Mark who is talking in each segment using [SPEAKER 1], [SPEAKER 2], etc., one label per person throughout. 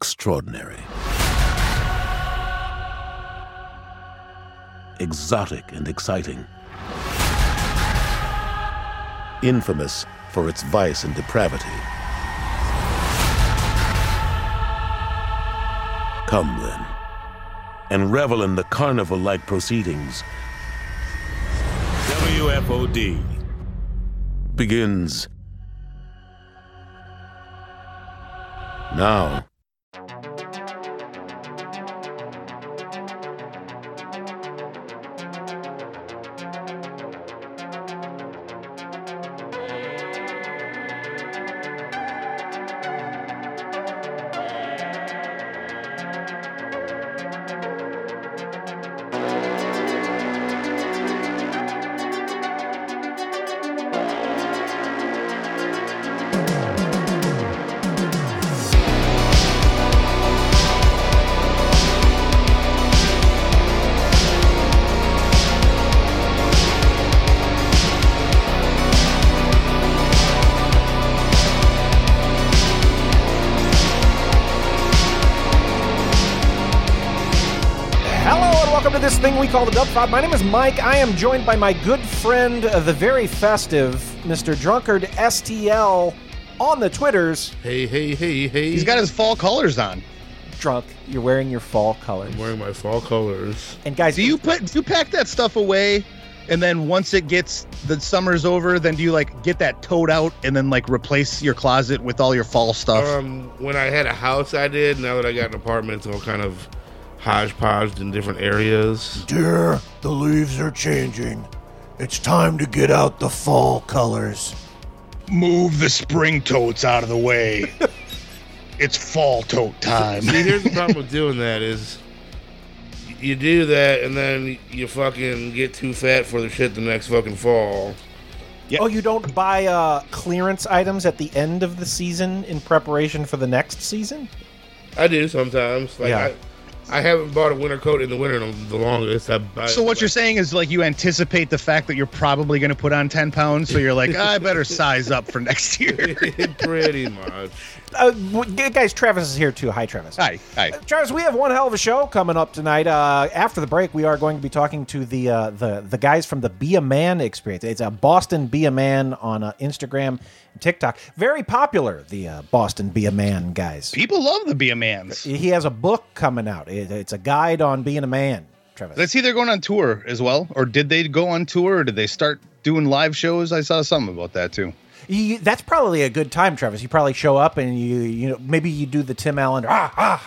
[SPEAKER 1] extraordinary, exotic and exciting, infamous for its vice and depravity. Come then, and revel in the carnival like proceedings. WFOD begins now.
[SPEAKER 2] Hello and welcome to this thing we call the Dub Pod. My name is Mike. I am joined by my good friend, uh, the very festive Mr. Drunkard STL on the Twitters.
[SPEAKER 3] Hey, hey, hey, hey.
[SPEAKER 4] He's got his fall colors on.
[SPEAKER 2] Drunk, you're wearing your fall colors.
[SPEAKER 3] I'm wearing my fall colors.
[SPEAKER 2] And guys,
[SPEAKER 4] Do you put do you pack that stuff away and then once it gets the summer's over, then do you like get that tote out and then like replace your closet with all your fall stuff?
[SPEAKER 3] Um, when I had a house, I did. Now that I got an apartment, it's all kind of hodgepodged in different areas.
[SPEAKER 5] Dear, the leaves are changing. It's time to get out the fall colors.
[SPEAKER 4] Move the spring totes out of the way. it's fall tote time.
[SPEAKER 3] See, here's the problem with doing that is you do that and then you fucking get too fat for the shit the next fucking fall.
[SPEAKER 2] oh, you don't buy uh, clearance items at the end of the season in preparation for the next season?
[SPEAKER 3] I do sometimes. Like
[SPEAKER 2] Yeah.
[SPEAKER 3] I, I haven't bought a winter coat in the winter in the longest. I buy,
[SPEAKER 4] So what
[SPEAKER 3] like,
[SPEAKER 4] you're saying is like you anticipate the fact that you're probably going to put on 10 pounds, so you're like, I better size up for next year.
[SPEAKER 3] pretty much.
[SPEAKER 2] Uh, w- guys, Travis is here too. Hi, Travis.
[SPEAKER 4] Hi, hi.
[SPEAKER 2] Travis, we have one hell of a show coming up tonight. Uh, after the break, we are going to be talking to the uh, the the guys from the Be a Man experience. It's a Boston Be a Man on uh, Instagram, and TikTok. Very popular, the uh, Boston Be a Man guys.
[SPEAKER 4] People love the be a man's.
[SPEAKER 2] He has a book coming out. It, it's a guide on being a man. Travis,
[SPEAKER 4] Let's see, they're going on tour as well, or did they go on tour? Or did they start doing live shows? I saw something about that too.
[SPEAKER 2] You- that's probably a good time, Travis. You probably show up and you you know maybe you do the Tim Allen. Ah, ah,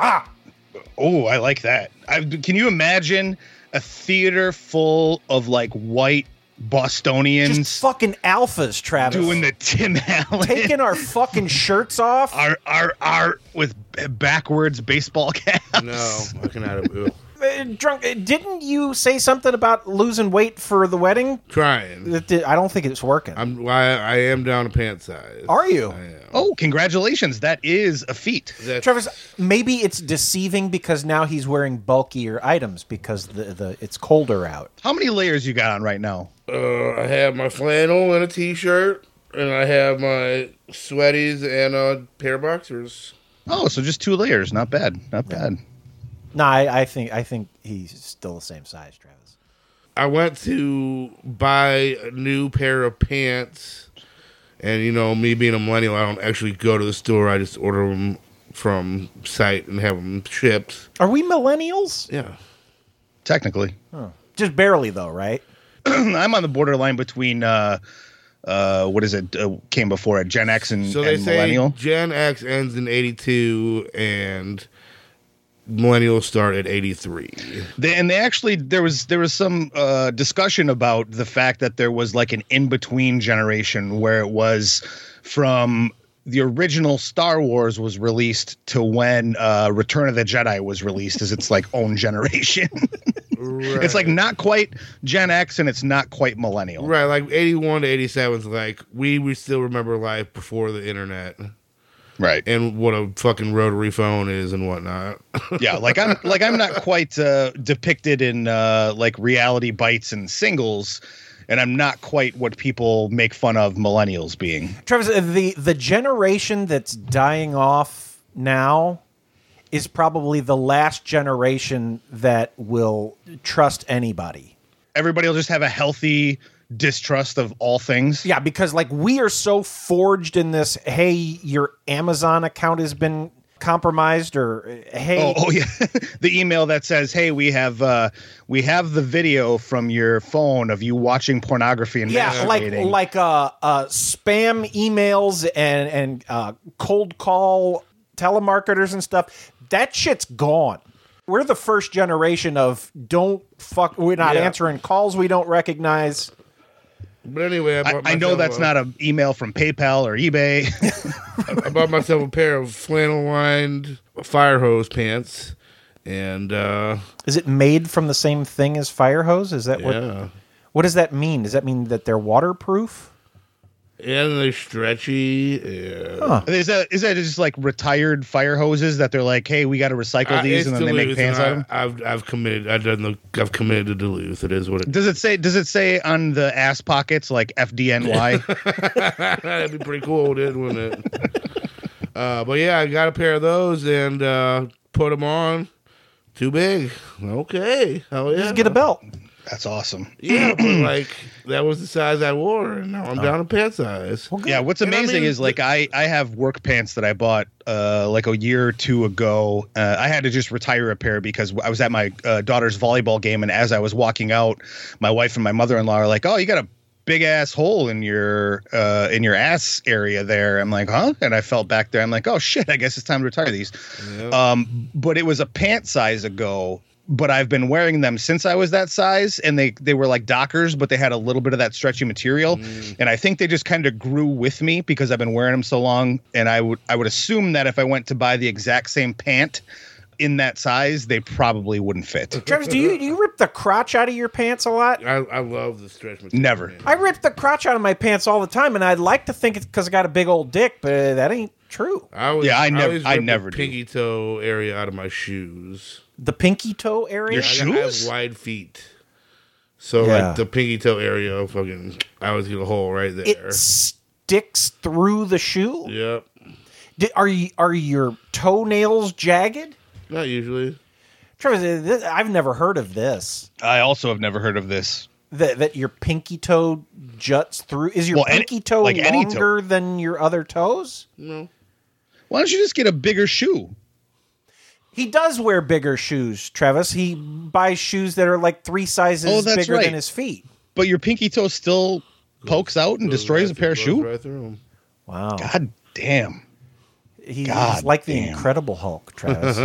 [SPEAKER 2] ah.
[SPEAKER 4] Oh, I like that. I, can you imagine a theater full of like white
[SPEAKER 2] Just
[SPEAKER 4] Bostonians
[SPEAKER 2] fucking alphas, Travis.
[SPEAKER 4] doing the Tim Allen
[SPEAKER 2] taking our fucking shirts off.
[SPEAKER 4] our our our with backwards baseball cap?
[SPEAKER 3] No, I cannot. ew.
[SPEAKER 2] Uh, drunk. uh, Didn't you say something about losing weight for the wedding?
[SPEAKER 3] Trying.
[SPEAKER 2] That di- I don't think it's working.
[SPEAKER 3] I'm. I, I am down a pant size.
[SPEAKER 2] Are you?
[SPEAKER 3] I am.
[SPEAKER 4] Oh, congratulations! That is a feat.
[SPEAKER 3] That's-
[SPEAKER 2] Travis, maybe it's deceiving because now he's wearing bulkier items because the, the it's colder out.
[SPEAKER 4] How many layers you got on right now?
[SPEAKER 3] Uh, I have my flannel and a t-shirt, and I have my sweaties and a pair of boxers.
[SPEAKER 4] Oh, so just two layers. Not bad. Not bad.
[SPEAKER 2] No, I, I think I think he's still the same size, Travis.
[SPEAKER 3] I went to buy a new pair of pants, and you know, me being a millennial, I don't actually go to the store. I just order them from site and have them shipped.
[SPEAKER 2] Are we millennials?
[SPEAKER 3] Yeah,
[SPEAKER 4] Technically,
[SPEAKER 2] Just barely though, right?
[SPEAKER 4] I'm on the borderline between uh, uh, what is it? Uh, came before it, Gen X and,
[SPEAKER 3] so they
[SPEAKER 4] and
[SPEAKER 3] say
[SPEAKER 4] millennial.
[SPEAKER 3] Gen X ends in '82 and millennials start at '83.
[SPEAKER 4] They, and they actually there was there was some uh, discussion about the fact that there was like an in between generation where it was from the original Star Wars was released to when uh, Return of the Jedi was released as its like own generation. it's like not quite Gen X and it's not quite millennial.
[SPEAKER 3] Right, like 81 to 87 is like we, we still remember life before the internet
[SPEAKER 4] right.
[SPEAKER 3] and what a fucking rotary phone is and whatnot.
[SPEAKER 4] yeah like i'm like i'm not quite uh, depicted in uh, like reality bites and singles and i'm not quite what people make fun of millennials being
[SPEAKER 2] Travis, uh, the the generation that's dying off now is probably the last generation that will trust anybody.
[SPEAKER 4] Everybody will just have a healthy distrust of all things.
[SPEAKER 2] Yeah, because like we are so forged in this. Hey, your Amazon account has been compromised, or eh, hey,
[SPEAKER 4] Oh, oh yeah, the email that says, "Hey, we have uh, we have the video from your phone of you watching pornography and
[SPEAKER 2] yeah, like
[SPEAKER 4] masturbating."
[SPEAKER 2] like uh, uh, spam emails and and uh, cold call telemarketers and stuff. That shit's gone. We're the first generation of don't fuck. We're not
[SPEAKER 3] Yeah.
[SPEAKER 2] answering calls we don't recognize.
[SPEAKER 3] But anyway, I,
[SPEAKER 4] I,
[SPEAKER 3] bought
[SPEAKER 4] I know
[SPEAKER 3] myself
[SPEAKER 4] that's
[SPEAKER 3] a-
[SPEAKER 4] not an email from PayPal or eBay.
[SPEAKER 3] I bought myself a pair of flannel lined fire hose pants. And uh
[SPEAKER 2] Is it made from the same thing as fire hose? Is that what?
[SPEAKER 3] yeah.
[SPEAKER 2] What does that mean? Does that mean that they're waterproof?
[SPEAKER 3] And they're stretchy. And
[SPEAKER 4] is that is that just like retired fire hoses that they're like, "Hey, we got to recycle
[SPEAKER 3] I- it's
[SPEAKER 4] these," and then they make
[SPEAKER 3] Duluth,
[SPEAKER 4] pants
[SPEAKER 3] and
[SPEAKER 4] out of them?
[SPEAKER 3] I, I've I've committed I've done the I've committed to Duluth. It is what it
[SPEAKER 4] Does it say Does it say on the ass pockets like FDNY?
[SPEAKER 3] That'd be pretty cool, dude, wouldn't it? uh, but yeah, I got a pair of those and uh, put them on. Too big. Okay. Hell yeah.
[SPEAKER 2] Just get a belt.
[SPEAKER 4] that's awesome.
[SPEAKER 3] yeah, but like that was the size I wore, and now
[SPEAKER 2] Uh.
[SPEAKER 3] I'm down to pant size.
[SPEAKER 4] Yeah, what's
[SPEAKER 3] And I
[SPEAKER 4] amazing
[SPEAKER 3] mean-
[SPEAKER 4] is like I I have work pants that I bought uh like a year or two ago. Uh, I had to just retire a pair because I was at my uh, daughter's volleyball game, and as I was walking out, my wife and my mother in law are like, "Oh, you got a big ass hole in your uh in your ass area there." I'm like, "Huh?" And I felt back there. I'm like, "Oh shit, I guess it's time to retire these." Um, but it was a pant size ago. But I've been wearing them since I was that size, and they they were like Dockers, but they had a little bit of that stretchy material,
[SPEAKER 3] Mm.
[SPEAKER 4] and I think they just kind of grew with me because I've been wearing them so long. And I would I would assume that if I went to buy the exact same pant in that size, they probably wouldn't fit.
[SPEAKER 2] Travis, do you do you rip the crotch out of your pants a lot?
[SPEAKER 3] I, I love the stretch material.
[SPEAKER 4] Never.
[SPEAKER 3] man.
[SPEAKER 2] I rip the crotch out of my pants all the time, and I'd like to think it's because I got a big old dick, but uh, that ain't true.
[SPEAKER 3] I always,
[SPEAKER 4] Yeah, I never-
[SPEAKER 3] always
[SPEAKER 4] I
[SPEAKER 3] rip the
[SPEAKER 4] never do.
[SPEAKER 3] pinky toe area out of my shoes.
[SPEAKER 2] The pinky toe area.
[SPEAKER 4] Your
[SPEAKER 3] I, got- I have
[SPEAKER 4] Shoes?
[SPEAKER 3] wide feet, so
[SPEAKER 2] Yeah.
[SPEAKER 3] like the pinky toe area, fucking, I always get a hole right there.
[SPEAKER 2] it sticks through the shoe.
[SPEAKER 3] yep,
[SPEAKER 2] Di- are you, are your toenails jagged?
[SPEAKER 3] not usually.
[SPEAKER 2] Travis, uh, this, I've never heard of this.
[SPEAKER 4] I also have never heard of this.
[SPEAKER 2] That that your pinky toe juts through. Is your
[SPEAKER 4] Well, any-
[SPEAKER 2] pinky toe
[SPEAKER 4] like any toe.
[SPEAKER 2] longer than your other toes?
[SPEAKER 4] Why don't you just get a bigger shoe?
[SPEAKER 2] He does wear bigger shoes, Travis. He buys shoes that are like three sizes
[SPEAKER 4] Oh, that's
[SPEAKER 2] bigger
[SPEAKER 4] right.
[SPEAKER 2] than his feet.
[SPEAKER 4] But your pinky toe still pokes out and
[SPEAKER 3] Goes
[SPEAKER 4] destroys
[SPEAKER 3] right
[SPEAKER 4] a
[SPEAKER 3] through-
[SPEAKER 4] pair of
[SPEAKER 3] goes
[SPEAKER 4] shoe.
[SPEAKER 3] right through 'em.
[SPEAKER 2] Wow.
[SPEAKER 4] God damn.
[SPEAKER 2] He- he's
[SPEAKER 4] God
[SPEAKER 2] like the
[SPEAKER 4] damn.
[SPEAKER 2] Incredible Hulk, Travis.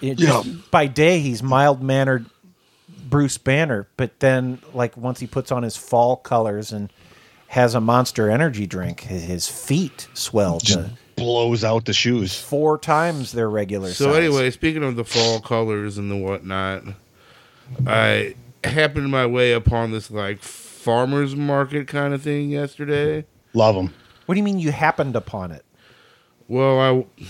[SPEAKER 2] It just- By day, he's mild mannered Bruce Banner, but then, like, once he puts on his fall colors and has a monster energy drink, hi- his feet swell to
[SPEAKER 4] Blows out the shoes.
[SPEAKER 2] four times their regular size.
[SPEAKER 3] So anyway, speaking of the fall colors and the whatnot, I happened my way upon this like farmers market kind of thing yesterday.
[SPEAKER 4] Love them.
[SPEAKER 2] what do you mean you happened upon it?
[SPEAKER 3] Well, I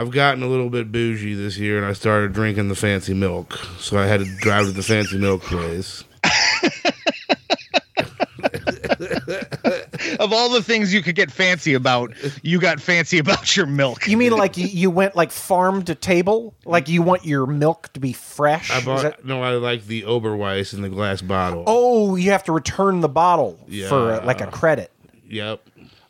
[SPEAKER 3] I've gotten a little bit bougie this year, and I started drinking the fancy milk. So I had to drive to the fancy milk place.
[SPEAKER 4] Of all the things you could get fancy about, you got fancy about your milk.
[SPEAKER 2] You mean like you, you went like farm to table? Like you want your milk to be fresh?
[SPEAKER 3] I
[SPEAKER 2] Is
[SPEAKER 3] bought
[SPEAKER 2] that-
[SPEAKER 3] no, I like the Oberweiss in the glass bottle.
[SPEAKER 2] oh, you have to return the bottle for uh, like a
[SPEAKER 3] Yeah.
[SPEAKER 2] credit.
[SPEAKER 3] yep.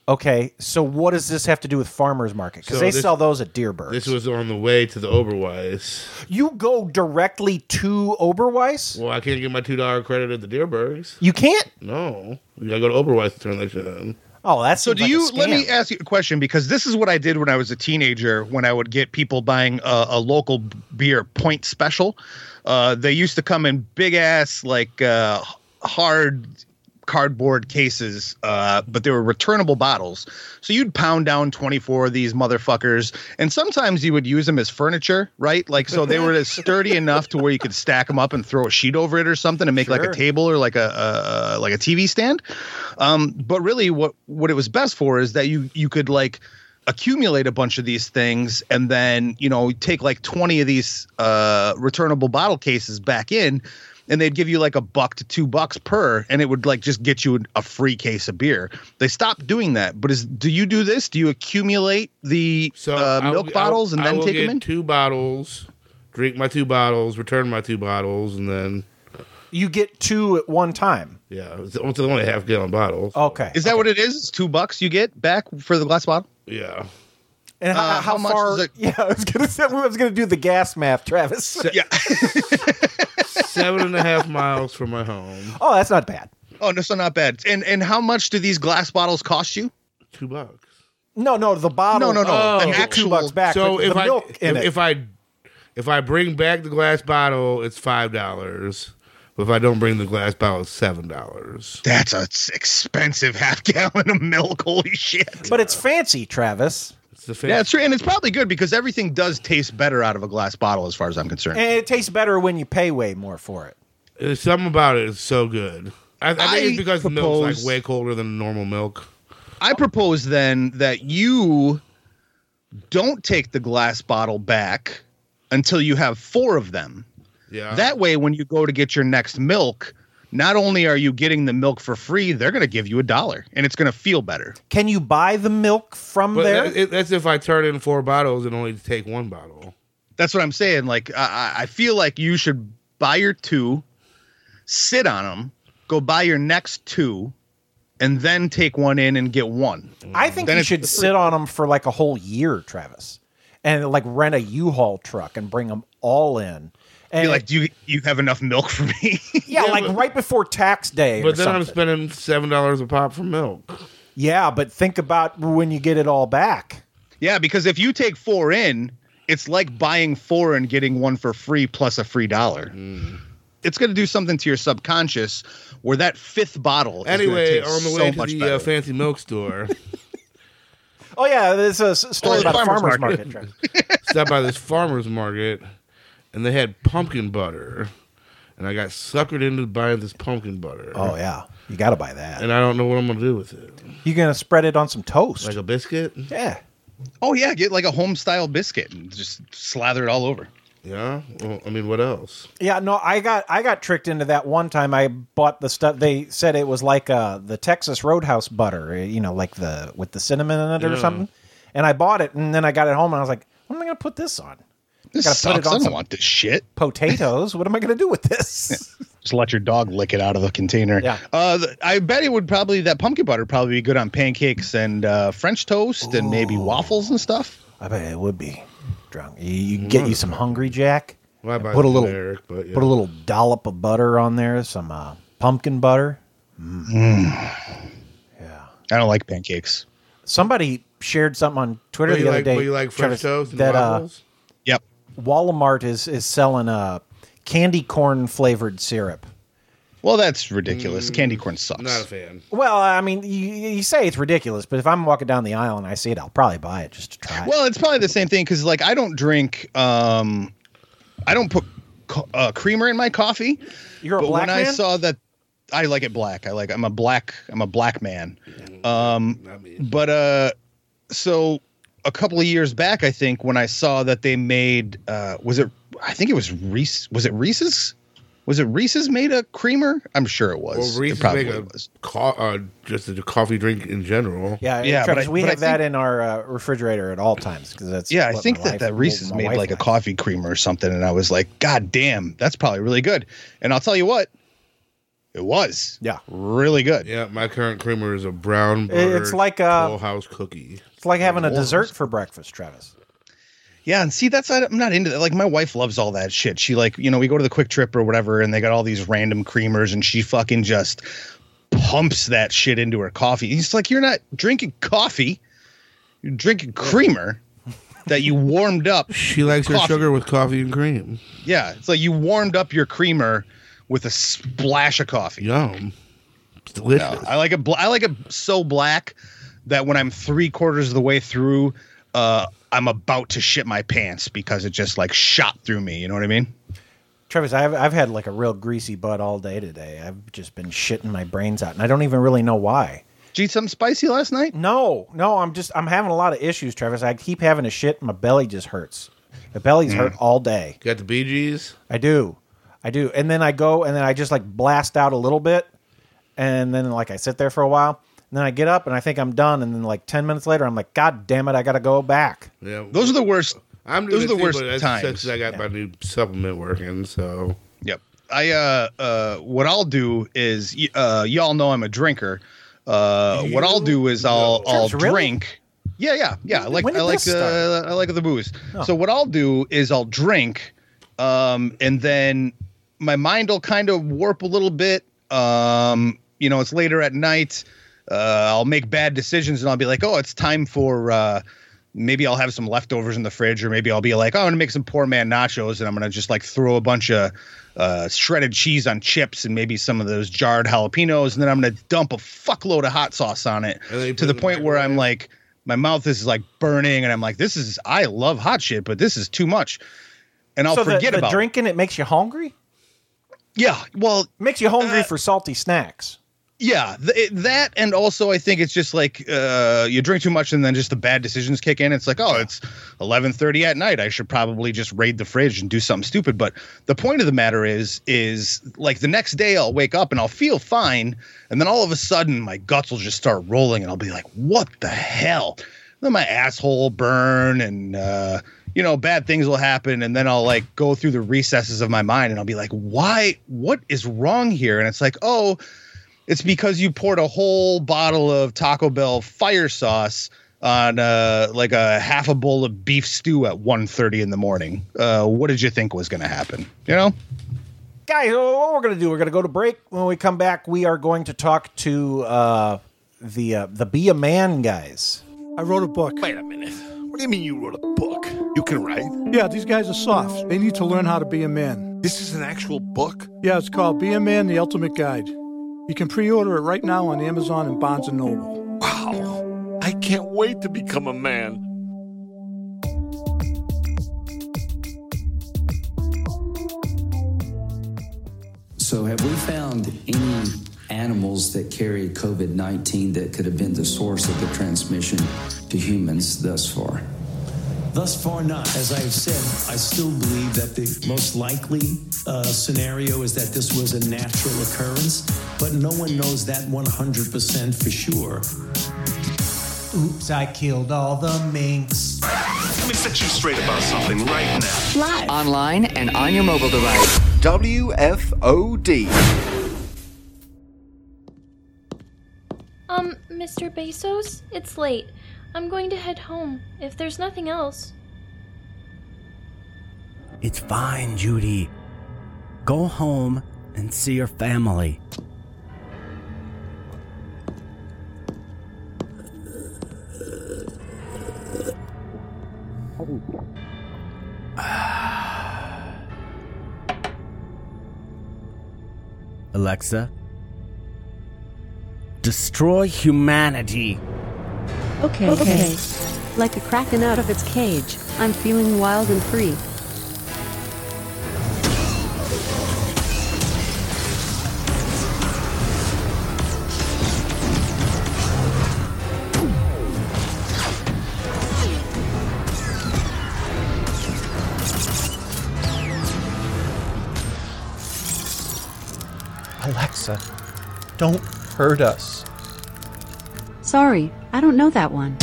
[SPEAKER 2] Okay, so what does this have to do with farmers market? Because
[SPEAKER 3] So
[SPEAKER 2] they
[SPEAKER 3] this-
[SPEAKER 2] sell those at Deerberg.
[SPEAKER 3] This was on the way to the Oberweiss.
[SPEAKER 2] you go directly to Oberweis.
[SPEAKER 3] Well, I can't get my two dollar credit at the Deerbergs.
[SPEAKER 2] You can't.
[SPEAKER 3] No, you gotta go to Oberweiss to turn that shit in.
[SPEAKER 2] Oh, that's
[SPEAKER 4] so do you let me ask you a question because this is what I did when I was a teenager when I would get people buying a, a local b- beer point special. Uh, they used to come in big ass like uh, hard cardboard cases, uh, but they were returnable bottles. So you'd pound down 24 of these motherfuckers, and sometimes you would use them as furniture, right? Like, so they were as sturdy enough to where you could stack them up and throw a sheet over it or something and make like
[SPEAKER 2] Sure.
[SPEAKER 4] a table or like a, a like a TV stand. Um, but really, what what it was best for is that you you could like accumulate a bunch of these things and then you know take like 20 of these uh returnable bottle cases back in and they'd give you like a buck to two bucks per, and it would like just get you a free case of beer. They stopped doing that. But is do you do this? Do you accumulate the uh,
[SPEAKER 3] I'll-
[SPEAKER 4] milk
[SPEAKER 3] I'll-
[SPEAKER 4] bottles and
[SPEAKER 3] I
[SPEAKER 4] then
[SPEAKER 3] will
[SPEAKER 4] take
[SPEAKER 3] get
[SPEAKER 4] them in?
[SPEAKER 3] Two bottles, drink my two bottles, return my two bottles, and then
[SPEAKER 2] You get two at one time.
[SPEAKER 3] yeah, it's it's only a half gallon bottles.
[SPEAKER 2] Okay.
[SPEAKER 4] Is that what it is? It's two bucks you get back for the glass bottle?
[SPEAKER 3] yeah.
[SPEAKER 2] and how,
[SPEAKER 4] uh,
[SPEAKER 2] how,
[SPEAKER 4] how much
[SPEAKER 2] far?
[SPEAKER 4] is it-
[SPEAKER 2] Yeah, I was gonna say, I was gonna do the gas math, Travis.
[SPEAKER 4] Yeah.
[SPEAKER 3] Seven and a half miles from my home.
[SPEAKER 2] oh, that's not bad.
[SPEAKER 4] oh no, so not bad. And and how much do these glass bottles cost you?
[SPEAKER 3] Two bucks.
[SPEAKER 2] No, no, the bottle.
[SPEAKER 4] No, no, no.
[SPEAKER 2] Oh,
[SPEAKER 4] The
[SPEAKER 2] you get two
[SPEAKER 4] actual-
[SPEAKER 2] bucks back.
[SPEAKER 3] so
[SPEAKER 2] but
[SPEAKER 3] if
[SPEAKER 2] the
[SPEAKER 3] I
[SPEAKER 2] milk
[SPEAKER 3] if,
[SPEAKER 2] in it.
[SPEAKER 3] if I if I bring back the glass bottle, it's five dollars. But if I don't bring the glass bottle, it's seven dollars.
[SPEAKER 4] That's a s- expensive half gallon of milk. Holy shit.
[SPEAKER 2] but it's fancy, Travis.
[SPEAKER 3] It's the fancy.
[SPEAKER 4] Yeah, it's true, and it's probably good because everything does taste better out of a glass bottle, as far as I'm concerned.
[SPEAKER 2] And it tastes better when you pay way more for it.
[SPEAKER 3] There's something about it. It's so good. I, I think
[SPEAKER 4] I
[SPEAKER 3] it's because the milk's
[SPEAKER 4] propose-
[SPEAKER 3] like way colder than normal milk.
[SPEAKER 4] I propose then that you don't take the glass bottle back until you have four of them.
[SPEAKER 3] Yeah.
[SPEAKER 4] That way, when you go to get your next milk, not only are you getting the milk for free, they're going to give you a dollar, and it's going to feel better.
[SPEAKER 2] Can you buy the milk from
[SPEAKER 4] uh,
[SPEAKER 3] but
[SPEAKER 2] there?
[SPEAKER 3] that- it- that's if I turn in four bottles and only take one bottle.
[SPEAKER 4] That's what I'm saying. Like I, I I feel like you should buy your two, sit on them, go buy your next two, and then take one in and get one.
[SPEAKER 2] I think
[SPEAKER 4] Then
[SPEAKER 2] you
[SPEAKER 4] it's
[SPEAKER 2] should sit on them for like a whole year, Travis, and like rent a U-Haul truck and bring them all in. And
[SPEAKER 4] Be like, do you you have enough milk for me?
[SPEAKER 2] yeah,
[SPEAKER 3] Yeah,
[SPEAKER 2] like
[SPEAKER 3] but-
[SPEAKER 2] right before tax day. or
[SPEAKER 3] But then I'm
[SPEAKER 2] something.
[SPEAKER 3] spending seven dollars a pop for milk.
[SPEAKER 2] Yeah, but think about when you get it all back.
[SPEAKER 4] yeah, because if you take four in, it's like buying four and getting one for free plus a free dollar.
[SPEAKER 3] Hmm.
[SPEAKER 4] It's going to do something to your subconscious where that fifth bottle. is gonna
[SPEAKER 3] Anyway,
[SPEAKER 4] taste
[SPEAKER 3] on the
[SPEAKER 4] so
[SPEAKER 3] way
[SPEAKER 4] much
[SPEAKER 3] to the
[SPEAKER 4] better.
[SPEAKER 3] uh, fancy milk store,
[SPEAKER 2] Oh yeah, there's a s- story
[SPEAKER 4] Oh, the
[SPEAKER 2] about a farmer's,
[SPEAKER 4] farmer's
[SPEAKER 2] market.
[SPEAKER 4] market.
[SPEAKER 2] Travis.
[SPEAKER 3] stopped by this farmer's market, and they had pumpkin butter, and I got suckered into buying this pumpkin butter.
[SPEAKER 2] oh yeah, you got to buy that.
[SPEAKER 3] And I don't know what I'm gonna do with it.
[SPEAKER 2] You're gonna spread it on some toast.
[SPEAKER 3] Like a biscuit?
[SPEAKER 2] yeah.
[SPEAKER 4] oh yeah, get like a home style biscuit and just slather it all over.
[SPEAKER 3] Yeah. Well, I mean, what else?
[SPEAKER 2] Yeah, no, I got I got tricked into that one time. I bought the stuff. They said it was like uh, the Texas Roadhouse butter, eh, you know, like the with the cinnamon in it or something. And I bought it, and then I got it home, and I was like, "What am I going to put this on?
[SPEAKER 4] This
[SPEAKER 2] Gotta put it
[SPEAKER 4] sucks.
[SPEAKER 2] on
[SPEAKER 4] I don't
[SPEAKER 2] some-
[SPEAKER 4] want this shit.
[SPEAKER 2] Potatoes? what am I going to do with this?"
[SPEAKER 4] Just let your dog lick it out of the container.
[SPEAKER 2] Yeah.
[SPEAKER 4] Uh, th- I bet it would probably that pumpkin butter would probably be good on pancakes and uh, French toast and maybe waffles and stuff.
[SPEAKER 2] I bet it would be drunk. You, you get you some hungry jack.
[SPEAKER 3] Mm. Well, I buy
[SPEAKER 2] Put a little-
[SPEAKER 3] generic, but yeah.
[SPEAKER 2] Put a little dollop of butter on there, some uh, pumpkin butter. Yeah.
[SPEAKER 4] I don't like pancakes.
[SPEAKER 2] Somebody shared something on Twitter
[SPEAKER 3] What
[SPEAKER 2] the
[SPEAKER 3] do you
[SPEAKER 2] other
[SPEAKER 3] like?
[SPEAKER 2] day.
[SPEAKER 3] what do you like French
[SPEAKER 2] Travis,
[SPEAKER 3] toast and
[SPEAKER 2] that, uh,
[SPEAKER 3] waffles?
[SPEAKER 4] Yep.
[SPEAKER 2] Walmart is is selling uh, candy corn flavored syrup.
[SPEAKER 4] Well, that's ridiculous. Candy corn sucks.
[SPEAKER 3] Mm, Not a fan.
[SPEAKER 2] Well, I mean, you, you say it's ridiculous, but if I'm walking down the aisle and I see it, I'll probably buy it just to try. it.
[SPEAKER 4] Well, it's probably the same thing because like I don't drink. Um, I don't put co- uh, creamer in my coffee.
[SPEAKER 2] You're a
[SPEAKER 4] but
[SPEAKER 2] black
[SPEAKER 4] when I
[SPEAKER 2] man?
[SPEAKER 4] saw that, I like it black. I like. I'm a black. I'm a black man. Um,
[SPEAKER 3] Not me.
[SPEAKER 4] but uh so a couple of years back i think when i saw that they made uh was it i think it was reese was it reese's was it reese's made a creamer i'm sure it was
[SPEAKER 3] Well,
[SPEAKER 4] It
[SPEAKER 3] Reese's
[SPEAKER 4] probably
[SPEAKER 3] make a
[SPEAKER 4] was
[SPEAKER 3] co- uh, just a coffee drink in general.
[SPEAKER 2] yeah,
[SPEAKER 4] yeah,
[SPEAKER 2] Travis,
[SPEAKER 4] but I-
[SPEAKER 2] we
[SPEAKER 4] but I
[SPEAKER 2] have that in our uh, refrigerator at all times because that's
[SPEAKER 4] yeah i
[SPEAKER 2] what
[SPEAKER 4] think
[SPEAKER 2] my
[SPEAKER 4] that
[SPEAKER 2] wife-
[SPEAKER 4] that reese's
[SPEAKER 2] my
[SPEAKER 4] made
[SPEAKER 2] wife
[SPEAKER 4] like a
[SPEAKER 2] likes.
[SPEAKER 4] coffee creamer or something and i was like god damn that's probably really good and i'll tell you what it was
[SPEAKER 2] Yeah.
[SPEAKER 4] really good
[SPEAKER 3] Yeah, my current creamer is a brown butter.
[SPEAKER 2] it's like uh, a-
[SPEAKER 3] Toll House cookie.
[SPEAKER 2] It's like having a dessert for breakfast, Travis.
[SPEAKER 4] Yeah, and see, that's I'm not into that. Like my wife loves all that shit. She like you know we go to the Quick Trip or whatever, and they got all these random creamers, and she fucking just pumps that shit into her coffee. It's like you're not drinking coffee, you're drinking creamer that you warmed up.
[SPEAKER 3] She likes her
[SPEAKER 4] Coffee.
[SPEAKER 3] sugar with coffee and cream.
[SPEAKER 4] Yeah, it's like you warmed up your creamer with a splash of coffee.
[SPEAKER 3] Yum. It's
[SPEAKER 4] No,
[SPEAKER 3] delicious.
[SPEAKER 4] I like it. Bl- I like it so black that when I'm three quarters of the way through, uh, I'm about to shit my pants because it just like shot through me. You know what I mean?
[SPEAKER 2] Travis, I've I've had like a real greasy butt all day today. I've just been shitting my brains out, and I don't even really know why.
[SPEAKER 4] Did you eat something spicy last night?
[SPEAKER 2] No, no, I'm just I'm having a lot of issues, Travis. I keep having
[SPEAKER 4] Mm.
[SPEAKER 2] to shit. and My belly just hurts. My belly's hurt all day.
[SPEAKER 3] Got the BGs.
[SPEAKER 2] I do. I do. And then I go and then I just like blast out a little bit. And then like I sit there for a while. And then I get up and I think I'm done. And then like 10 minutes later, I'm like, God damn it, I got to go back.
[SPEAKER 3] Yeah.
[SPEAKER 4] Those are the worst.
[SPEAKER 3] I'm
[SPEAKER 4] those are
[SPEAKER 3] doing
[SPEAKER 4] the
[SPEAKER 3] the
[SPEAKER 4] worst
[SPEAKER 3] worst that's
[SPEAKER 4] times.
[SPEAKER 3] Since I got my new supplement working, so
[SPEAKER 4] Yep. I uh uh what I'll do is y- uh y'all know I'm a drinker. Uh what I'll do is I'll I'll
[SPEAKER 2] Terms, really?
[SPEAKER 4] drink. Yeah, yeah, yeah. I like
[SPEAKER 2] when did
[SPEAKER 4] I like
[SPEAKER 2] this
[SPEAKER 4] uh,
[SPEAKER 2] start? Oh.
[SPEAKER 4] I like the booze. So what I'll do is I'll drink um and then my mind will kind of warp a little bit. Um you know, it's later at night. Uh I'll make bad decisions and I'll be like, "Oh, it's time for uh maybe I'll have some leftovers in the fridge, or maybe I'll be like, oh, I'm gonna make some poor man nachos, and I'm gonna just like throw a bunch of uh, shredded cheese on chips and maybe some of those jarred jalapenos, and then I'm gonna dump a fuckload of hot sauce on it
[SPEAKER 3] And then you put
[SPEAKER 4] to
[SPEAKER 3] it
[SPEAKER 4] the
[SPEAKER 3] in the
[SPEAKER 4] point where I'm
[SPEAKER 3] microwave.
[SPEAKER 4] like, my mouth is like burning, and I'm like, this is I love hot shit, but this is too much, and I'll
[SPEAKER 2] so the,
[SPEAKER 4] Oh, forget
[SPEAKER 2] the
[SPEAKER 4] about it.
[SPEAKER 2] drinking, it makes you hungry?
[SPEAKER 4] Yeah, well,
[SPEAKER 2] makes you
[SPEAKER 4] Uh,
[SPEAKER 2] hungry for salty snacks.
[SPEAKER 4] Yeah, th- it- that and also I think it's just like uh, you drink too much and then just the bad decisions kick in. It's like, oh, it's eleven thirty at night. I should probably just raid the fridge and do something stupid. But the point of the matter is, is like the next day I'll wake up and I'll feel fine, and then all of a sudden my guts will just start rolling and I'll be like, what the hell? then my asshole will burn and uh, you know bad things will happen and then i'll like go through the recesses of my mind and i'll be like why what is wrong here and it's like oh it's because you poured a whole bottle of Taco Bell fire sauce on uh, like a half a bowl of beef stew at 1.30 in the morning. Uh, what did you think was going to happen? You know?
[SPEAKER 2] guys, what we're going to do? We're going to go to break. When we come back, we are going to talk to uh, the uh, the Be a Man guys.
[SPEAKER 6] I wrote a book.
[SPEAKER 7] Wait a minute. What do you mean you wrote a book? You can write?
[SPEAKER 6] Yeah, these guys are soft. They need to learn how to be a man.
[SPEAKER 7] This is an actual book?
[SPEAKER 6] Yeah, it's called Be a Man: The Ultimate Guide. You can pre-order it right now on Amazon and Barnes and Noble.
[SPEAKER 7] Wow. I can't wait to become a man.
[SPEAKER 8] So, have we found any animals that carry COVID 19 that could have been the source of the transmission to humans thus far?
[SPEAKER 9] Thus far, not. As I've said, I still believe that the most likely uh, scenario is that this was a natural occurrence, but no one knows that 100% for sure. Oops, I killed all the minks.
[SPEAKER 7] Let me set you straight about something right now.
[SPEAKER 10] Live. Online and on your mobile device.
[SPEAKER 11] WFOD.
[SPEAKER 10] Um, Mr. Bezos, it's late. I'm going to head home. If there's nothing else.
[SPEAKER 12] It's fine, Judy. Go home and see your family. Alexa, destroy humanity.
[SPEAKER 13] Okay. Okay. Like a kraken out of its cage, I'm feeling wild and free.
[SPEAKER 14] Alexa, don't hurt us.
[SPEAKER 13] Sorry, I don't know that one.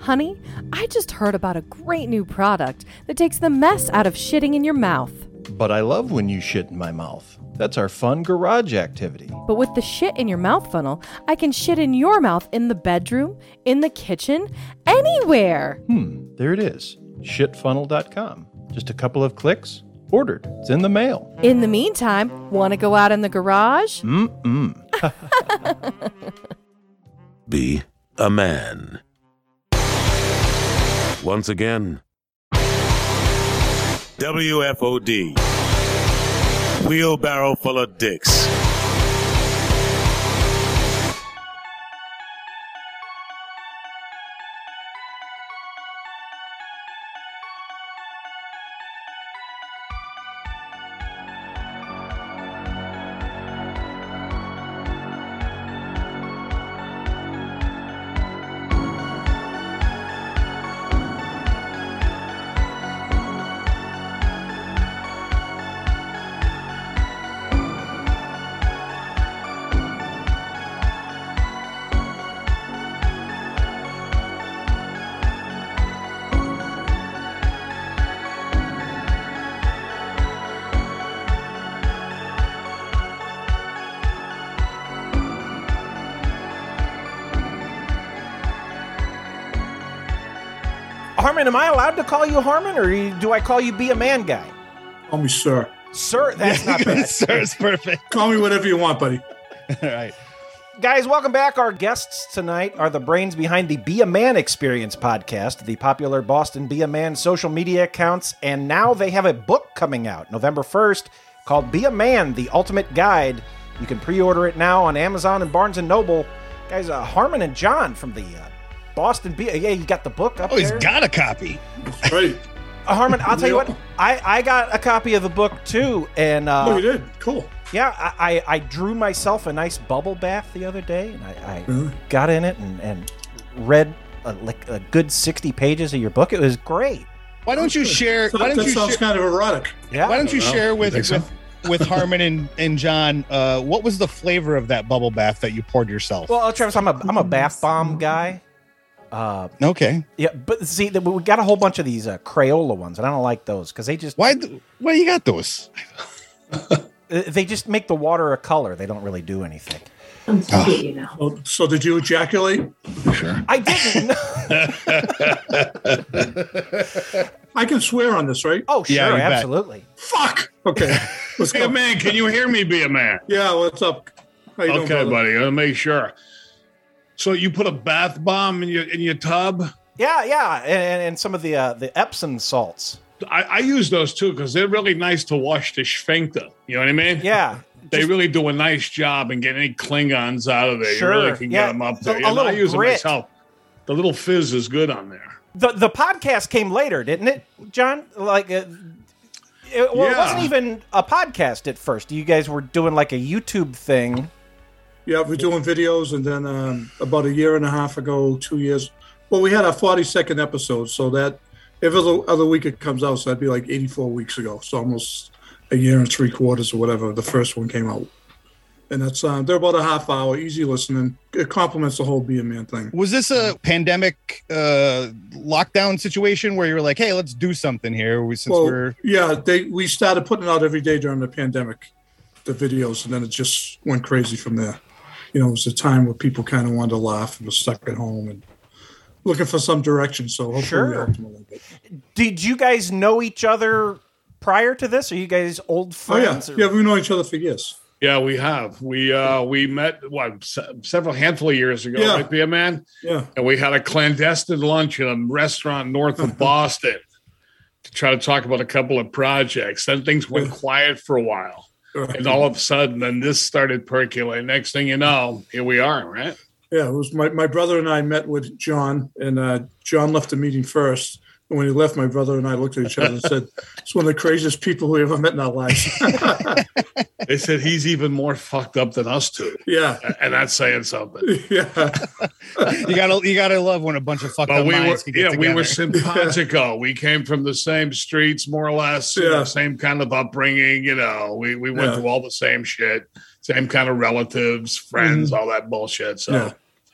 [SPEAKER 15] Honey, I just heard about a great new product that takes the mess out of shitting in your mouth.
[SPEAKER 14] But I love when you shit in my mouth. That's our fun garage activity.
[SPEAKER 15] But with the shit in your mouth funnel, I can shit in your mouth in the bedroom, in the kitchen, anywhere.
[SPEAKER 14] Hmm, there it is shitfunnel.com. Just a couple of clicks, ordered. It's in the mail.
[SPEAKER 15] In the meantime, want to go out in the garage?
[SPEAKER 14] Mm mm.
[SPEAKER 1] Be a man. Once again, WFOD. Wheelbarrow full of dicks.
[SPEAKER 2] Harmon, am I allowed to call you Harmon, or do I call you be a man guy?
[SPEAKER 9] Call me sir.
[SPEAKER 2] Sir, that's not bad.
[SPEAKER 4] Sir is perfect.
[SPEAKER 9] Call me whatever you want, buddy.
[SPEAKER 4] All right.
[SPEAKER 2] Guys, welcome back. Our guests tonight are the brains behind the Be a Man Experience podcast, the popular Boston Be a Man social media accounts, and now they have a book coming out November 1st called Be a Man, the Ultimate Guide. You can pre order it now on Amazon and Barnes and Noble. Guys, uh, Harmon and John from the uh, Boston Be Yeah, you got the book up
[SPEAKER 4] Oh, he's
[SPEAKER 2] there?
[SPEAKER 4] got a copy.
[SPEAKER 9] Right.
[SPEAKER 2] Uh, Harmon, I'll tell you what, I, I got a copy of the book too, and uh,
[SPEAKER 9] oh, you did. Cool.
[SPEAKER 2] yeah, I, I, I drew myself a nice bubble bath the other day, and I, I
[SPEAKER 9] Really?
[SPEAKER 2] got in it and, and read a, like a good sixty pages of your book. It was great.
[SPEAKER 4] Why don't you share?
[SPEAKER 9] So-
[SPEAKER 4] Why
[SPEAKER 9] that
[SPEAKER 4] don't you share?
[SPEAKER 9] sounds kind of erotic.
[SPEAKER 2] Yeah.
[SPEAKER 4] Why don't you
[SPEAKER 9] Well,
[SPEAKER 4] share
[SPEAKER 9] you
[SPEAKER 4] with
[SPEAKER 9] think so?
[SPEAKER 4] with, with Harmon and, and John? Uh, what was the flavor of that bubble bath that you poured yourself?
[SPEAKER 2] Well, Travis, I'm a I'm a bath bomb guy. Uh,
[SPEAKER 4] okay.
[SPEAKER 2] yeah, but see, that we got a whole bunch of these uh, Crayola ones, and I don't like those because they just
[SPEAKER 4] Why? th- Why you got those?
[SPEAKER 2] uh, they just make the water a color. They don't really do anything.
[SPEAKER 9] Oh, so did you ejaculate?
[SPEAKER 2] I didn't.
[SPEAKER 9] I can swear on this, right?
[SPEAKER 2] Oh, sure,
[SPEAKER 4] Yeah, you bet.
[SPEAKER 2] absolutely.
[SPEAKER 9] Fuck. Okay. Let's
[SPEAKER 15] Be a
[SPEAKER 9] go.
[SPEAKER 15] man. Can you hear me? Be a man.
[SPEAKER 9] Yeah. What's up? How you doing,
[SPEAKER 15] Okay,
[SPEAKER 9] brother?
[SPEAKER 15] buddy. I'll make sure. So you put a bath bomb in your in your tub?
[SPEAKER 2] Yeah, yeah, and, and- and some of the uh, the Epsom salts.
[SPEAKER 15] I, I use those too because they're really nice to wash the sphincter. You know what I mean?
[SPEAKER 2] Yeah,
[SPEAKER 15] They really do a nice job in getting any Klingons out of there.
[SPEAKER 2] Sure,
[SPEAKER 15] You really can
[SPEAKER 2] yeah.
[SPEAKER 15] get them up
[SPEAKER 2] The-
[SPEAKER 15] there.
[SPEAKER 2] a
[SPEAKER 15] You know,
[SPEAKER 2] little
[SPEAKER 15] I use
[SPEAKER 2] grit.
[SPEAKER 15] them myself. The little fizz is good on there.
[SPEAKER 2] the the podcast came later, didn't it, John? Like, uh, it, well, it
[SPEAKER 15] Yeah.
[SPEAKER 2] wasn't even a podcast at first. You guys were doing like a YouTube thing.
[SPEAKER 9] Yeah, we're doing videos, and then um, about a year and a half ago, two years. Well, we had our forty-second episode, so that every other- other week it comes out, so that'd be like eighty-four weeks ago, so almost a year and three quarters or whatever the first one came out. And that's uh, they're about a half hour, easy listening. It complements the whole Be a Man thing.
[SPEAKER 4] Was this a pandemic uh, lockdown situation where you were like, "Hey, let's do something here"? We, since
[SPEAKER 9] Well,
[SPEAKER 4] we're
[SPEAKER 9] yeah, they we started putting it out every day during the pandemic, the videos, and then it just went crazy from there. You know, it was a time where people kind of wanted to laugh and was stuck at home and looking for some direction. So hopefully,
[SPEAKER 2] Sure.
[SPEAKER 9] we helped them a little bit.
[SPEAKER 2] Did you guys know each other prior to this? Are you guys old
[SPEAKER 9] oh yeah,
[SPEAKER 2] friends?
[SPEAKER 9] yeah, we know each other for years.
[SPEAKER 15] Yeah, we have. We uh we met what se- several handful of years ago,
[SPEAKER 9] Yeah.
[SPEAKER 15] right, Be a man?
[SPEAKER 9] Yeah,
[SPEAKER 15] and we had a clandestine lunch at a restaurant north of Boston to try to talk about a couple of projects. Then things went quiet for a while. And all of a sudden, then this started percolating. Next thing you know, here we are, right?
[SPEAKER 9] yeah. It was my my brother and I met with John, and uh, John left the meeting first. And when he left, my brother and I looked at each other and said, "It's one of the craziest people we ever met in our lives."
[SPEAKER 15] They said he's even more fucked up than us two.
[SPEAKER 9] yeah,
[SPEAKER 15] And that's saying something.
[SPEAKER 9] yeah.
[SPEAKER 4] you gotta you gotta love when a bunch of fucked
[SPEAKER 15] But
[SPEAKER 4] up
[SPEAKER 15] we were,
[SPEAKER 4] minds can get
[SPEAKER 15] yeah, we
[SPEAKER 4] together.
[SPEAKER 15] were simpatico. We came from the same streets, more or less, you
[SPEAKER 9] Yeah.
[SPEAKER 15] know, same kind of upbringing. You know, we, we went
[SPEAKER 9] Yeah.
[SPEAKER 15] through all the same shit, same kind of relatives, friends, all that bullshit. So
[SPEAKER 9] Mm-hmm.